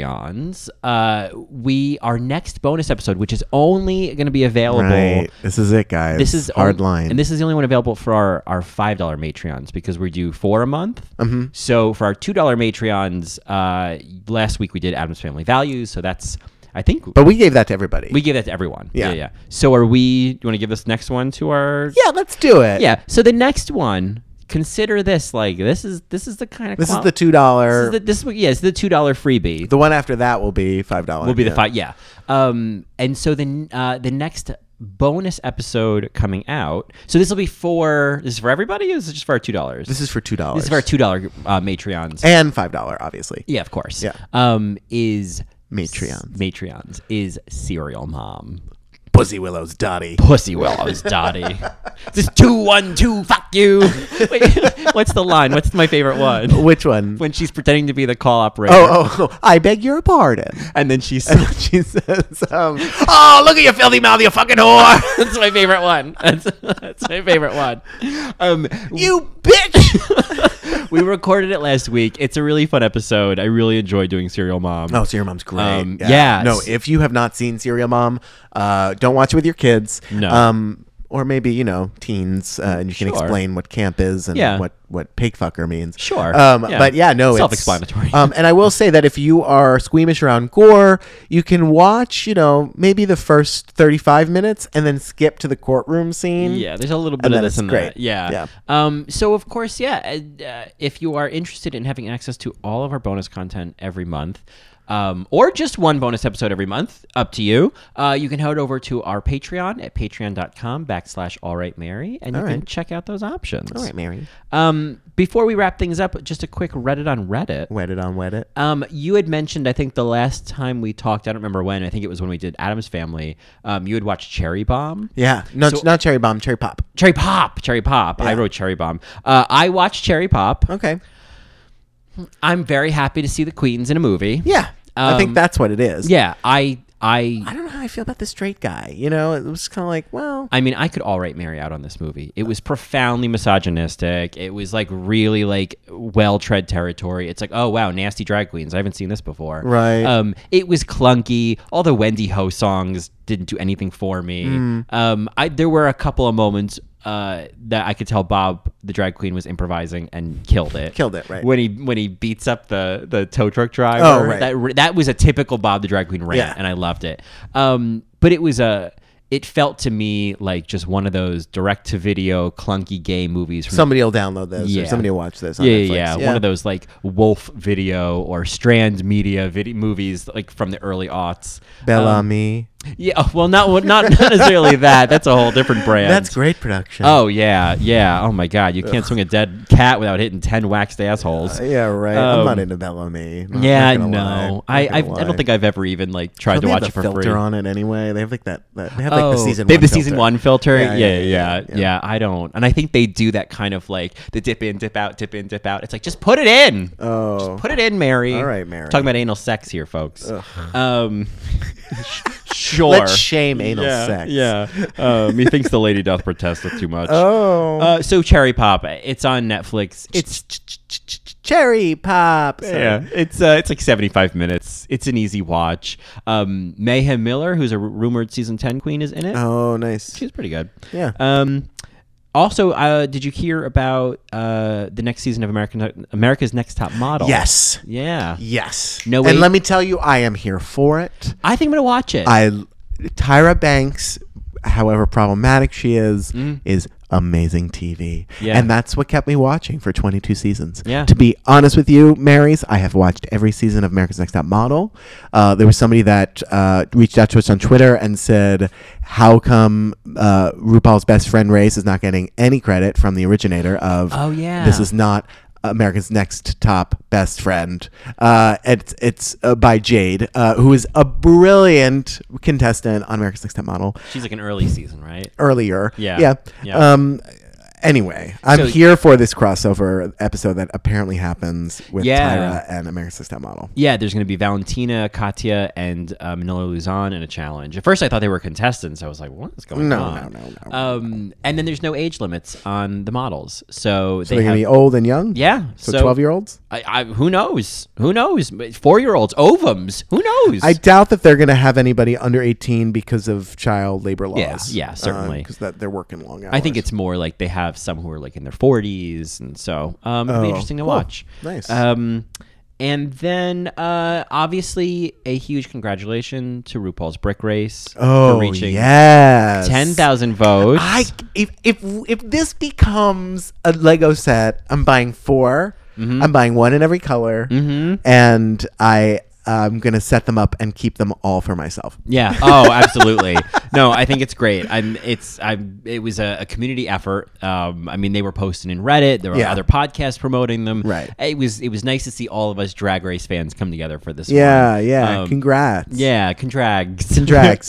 Matreons, uh, we our next bonus episode, which is only going to be available
Right. This is it, guys.
this is
hard
on-
line.
and this is the only one available for our our five dollar matreons because we do four a month.
Mm-hmm.
So for our two dollar matreons, uh, last week we did Adam's Family Values, so that's I think
but we gave that to everybody.
we give that to everyone.
Yeah.
yeah. So are we? Do you want to give this next one to our?
yeah, let's do it.
yeah. So the next one, consider this like this is this is the kind of
This is the two dollar.
This is the, this yeah, it's the two dollar freebie.
The one after that will be five dollars.
will be the fight. Yeah. Um, and so then uh, the next bonus episode coming out. So this will be for this is for everybody. Or is it just for our two dollars?
This is for two dollars.
this is for our two dollar uh, matreons.
and five dollar, obviously.
yeah, of course.
Yeah.
Um, is
Matreons.
Matreons is serial mom.
Pussy Willows, Dottie.
Pussy Willows, Dottie. this two one two. Fuck you. Wait, what's the line? What's my favorite one?
Which one?
When she's pretending to be the call operator.
Oh, oh, oh, I beg your pardon.
And then she's
And she says, um, "Oh, look at your filthy mouth, you fucking whore,
that's my favorite one. That's, that's my favorite one. Um,
you bitch."
we recorded it last week. It's a really fun episode. I really enjoy doing Serial Mom.
No, Oh, Serial Mom's great.
Um, yeah.
No, if you have not seen Serial Mom, uh, don't watch it with your kids.
No.
Um, or maybe you know teens, uh, and you can
Sure.
explain what camp is and
Yeah.
what what pig fucker means.
Sure.
Um,
Yeah.
But yeah, no, it's-
Self-explanatory.
um, and I will say that if you are squeamish around gore, you can watch, you know, maybe the first thirty-five minutes and then skip to the courtroom scene.
Yeah, there's a little bit
Mm-hmm. And
of
then
this
it's
and
great.
that. Yeah.
Yeah.
Um, so of course, yeah. uh, Uh, if you are interested in having access to all of our bonus content every month, um, or just one bonus episode every month, up to you. Uh, you can head over to our Patreon at patreon.com backslash all right Mary, and you can check out those options.
All right, Mary.
Um, before we wrap things up, just a quick Reddit on Reddit.
Wet it on, wet it.
Um, you had mentioned, I think the last time we talked, I don't remember when. I think it was when we did Adam's Family. Um, you had watched Cherry Bomb.
Yeah. No,
Uh, So-
not cherry bomb, cherry pop.
Cherry Pop, Cherry Pop. I wrote Cherry Bomb. Uh, I watched Cherry Pop.
Okay.
I'm very happy to see the Queens in a movie.
Yeah. I think
Um,
that's what it is.
yeah. I, I,
I don't know how I feel about the straight guy. You know, it was kind of like, well,
I mean, I could all right Mary out on this movie. It was profoundly misogynistic. It was like really like well tread territory. It's like, oh wow, nasty drag queens. I haven't seen this before.
Right.
Um, it was clunky. All the Wendy Ho songs didn't do anything for me.
Hmm.
Um, I there were a couple of moments. Uh, that I could tell Bob the drag queen was improvising and killed it.
Killed it, right.
When he when he beats up the the tow truck driver.
Oh, right.
That re- that was a typical Bob the drag queen rant,
Yeah.
and I loved it. Um, but it was a it felt to me like just one of those direct to video clunky gay movies. From
somebody will download this or
Yeah.
somebody will watch this. On
yeah, yeah,
Netflix.
yeah, one of those like Wolf Video or Strand Media video movies like from the early aughts.
Bellamy.
Yeah, oh, well, not well, not not necessarily that. That's a whole different brand.
that's great production.
Oh yeah, yeah. Oh my God, you can't swing a dead cat without hitting ten waxed assholes.
yeah, right. I'm
Um,
not into Bellamy. Not-
Yeah,
not gonna
no.
lie.
I
Not
I've,
gonna
I don't
lie.
think I've ever even like tried
Don't
to
they have
watch
the
it for
filter
free.
on it anyway. They have like that. that they have like the
Oh,
season.
they have
one
the season
filter.
one filter. Yeah yeah yeah,
yeah,
yeah, I don't, and I think they do that kind of like the dip in, dip out, dip in, dip out. It's like just put it in,
Oh,
put it in, Mary.
All right, Mary.
Talking about anal sex here, folks. Um, sure.
let's shame anal
yeah,
sex.
Yeah. Um, he thinks the lady doth protest it too much.
Oh,
Uh, so Cherry Pop, it's on Netflix. It's
it's ch- ch- ch- ch- cherry pop. Sorry.
yeah, it's uh, it's like seventy five minutes. It's an easy watch. Um, Mayhem Miller, who's a r- rumored season ten queen, is in it.
Oh, nice.
She's pretty good.
Yeah.
Um, also, uh, did you hear about uh, the next season of American America's Next Top Model?
Yes.
Yeah.
Yes.
Oh. No,
And
wait.
let me tell you, I am here for it.
I think I'm gonna watch it.
I Tyra Banks, however problematic she is, is amazing TV.
Mm. Yeah.
And that's what kept me watching for 22 seasons.
Yeah.
To be honest with you, Marys, I have watched every season of America's Next Top Model. Uh, there was somebody that uh, reached out to us on Twitter and said, how come uh, RuPaul's Best Friend Race is not getting any credit from the originator of
Oh, yeah.
This is not America's Next Top Best Friend. Uh, it's it's uh, by Jade, uh, who is a brilliant contestant on America's Next Top Model
She's like an early season, right?
earlier.
Yeah.
yeah.
Yeah.
Um, Anyway, I'm
So-
here for this crossover episode that apparently happens with
Yeah.
Tyra and America's Next Top Model.
Yeah, there's going to be Valentina, Katya, and uh, Manila Luzon in a challenge. At first, I thought they were contestants. I was like, what is going
No,
on?
no, no, no.
Um, and then there's no age limits on the models. So,
So
they
they're
have,
gonna be old and young.
Yeah.
So twelve year olds.
I, I, who knows? Who knows? Four year olds, ovums. Who knows?
I doubt that they're gonna have anybody under eighteen because of child labor laws.
Yeah, yeah, certainly.
Because that they're working long hours.
I think it's more like they have some who are like in their 40s, and so um, it'll be
Oh,
interesting to
cool.
watch.
Nice.
Um, and then uh, obviously a huge congratulations to RuPaul's Brick Race
oh
for reaching
yes,
10,000 votes.
I if if if this becomes a Lego set, I'm buying 4
Mm-hmm.
i I'm buying one in every color, and I I'm gonna set them up and keep them all for myself.
Yeah. Oh, absolutely. no, I think it's great. I'm. It's. I'm. It was a, a community effort. Um. I mean, they were posting in Reddit. There were
Yeah.
other podcasts promoting them.
Right.
It was. It was nice to see all of us Drag Race fans come together for this.
Yeah,
one.
yeah.
Um,
congrats.
Yeah, contracts.
Contracts.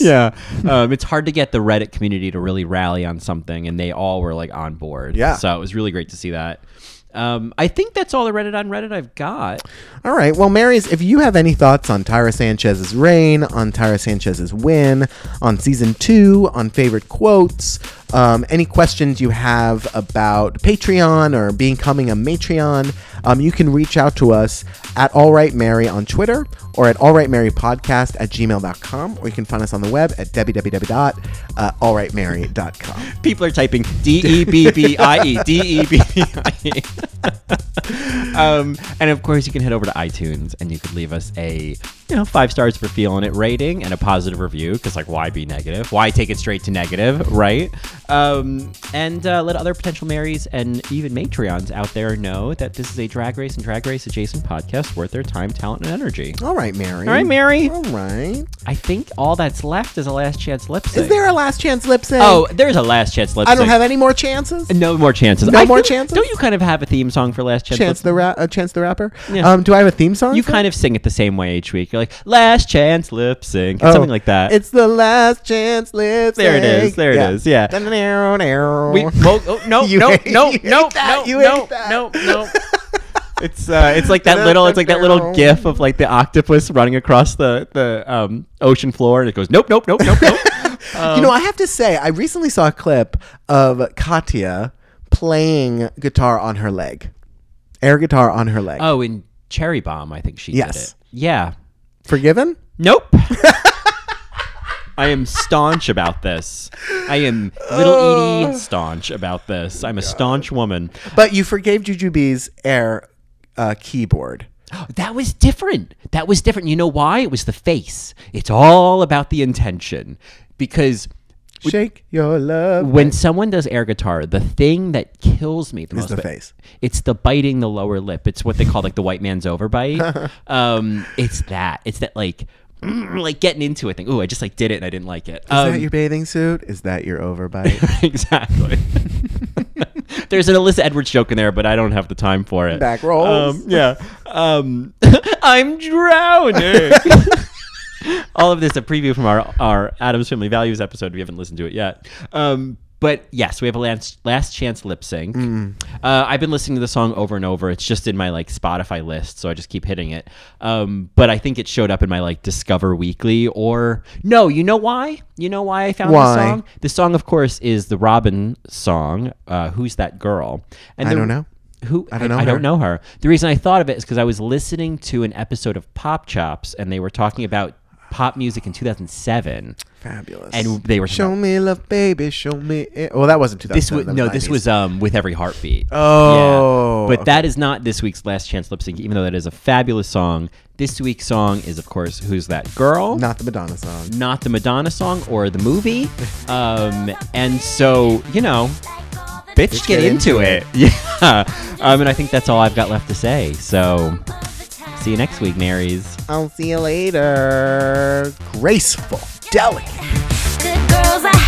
yeah. Um, it's hard to get the Reddit community to really rally on something, and they all were like on board.
Yeah.
So it was really great to see that. Um, I think that's all the Reddit on Reddit I've got.
All right. Well, Marys, if you have any thoughts on Tyra Sanchez's reign, on Tyra Sanchez's win, on season two, on favorite quotes, um, any questions you have about Patreon or becoming a Matreon, um, you can reach out to us at All Right Mary on Twitter or at All Right Mary Podcast at gmail.com, or you can find us on the web at uh, www.allrightmary.com.
People are typing D E B B I E D E B B I E. Um, and of course, you can head over to iTunes and you could leave us a you know five stars for feeling it rating and a positive review because like why be negative? Why take it straight to negative, right? Um, and uh, let other potential Marys and even Matreons out there know that this is a drag race and drag race adjacent podcast worth their time, talent, and energy.
All right, Mary.
All right, Mary.
All right.
I think all that's left is a last chance lip sync.
Is there a last chance lip sync?
Oh, there's a last chance lip sync.
I don't have any more chances.
No more chances.
No
I
more
think-
chances?
Don't you kind of have a theme song for Last Chance?
Chance
Lip-
the ra- uh, Chance the Rapper.
Yeah.
Um, do I have a theme song?
you
for
kind
it?
of sing it the same way each week. You're like Last Chance Lip Sync, it's
Oh,
something like that.
It's the last chance lip.
There it is,
sync.
there it is, yeah.
Da-da-da-da-da.
we, well, oh, no,
You
no,
hate-
no,
you
no,
hate that,
no,
you
no,
hate that.
no, no. It's uh, it's like that little, it's like that little GIF of like the octopus running across the the um, ocean floor, and it goes nope, nope, nope, nope, nope.
you know, I have to say, I recently saw a clip of Katya playing guitar on her leg, air guitar on her leg.
Oh, in Cherry Bomb, I think she did
Yes.
it. Yeah.
Forgiven?
Nope. I am staunch about this. I am little
Oh.
Edie staunch about this. I'm a staunch woman.
But you forgave Jujubee's air uh, keyboard.
That was different. That was different. You know why? It was the face. It's all about the intention. Because
Shake your love.
when someone does air guitar, the thing that kills me the most
the
but
face.
It's the biting the lower lip. It's what they call like the white man's overbite. um, it's that. It's that like like getting into a thing. Ooh, I just like did it and I didn't like it.
Is
Um,
that your bathing suit? Is that your overbite?
exactly. There's an Alyssa Edwards joke in there, but I don't have the time for it.
Back rolls.
Um, yeah. Um, I'm drowning. All of this a preview from our our Adam's Family Values episode. If you haven't listened to it yet. Um, but yes, we have a last, last chance lip sync.
Mm.
Uh, I've been listening to the song over and over. It's just in my like Spotify list, so I just keep hitting it. Um, but I think it showed up in my like Discover Weekly or no. You know why? You know why I found
Why?
the song? The song, of course, is the Robin song. Uh, Who's that girl? And
I
the-
don't know.
Who I
don't know
I,
her.
don't know her. The reason I thought of it is because I was listening to an episode of Pop Chops, and they were talking about pop music in 2007.
Fabulous.
And they were
Show me love, baby. Show me. It. Well, that wasn't 2000.
This was no, this was um with every heartbeat.
Oh,
but that is not this week's last chance lip sync. Even though that is a fabulous song, this week's song is of course "Who's That Girl."
not the Madonna song.
not the Madonna song or the movie. Um, and so, you know, bitch, get,
get
into, it. Yeah. Um, and I think that's all I've got left to say. So, see you next week, Marys.
I'll see you later. Graceful, delicate.
Good girls are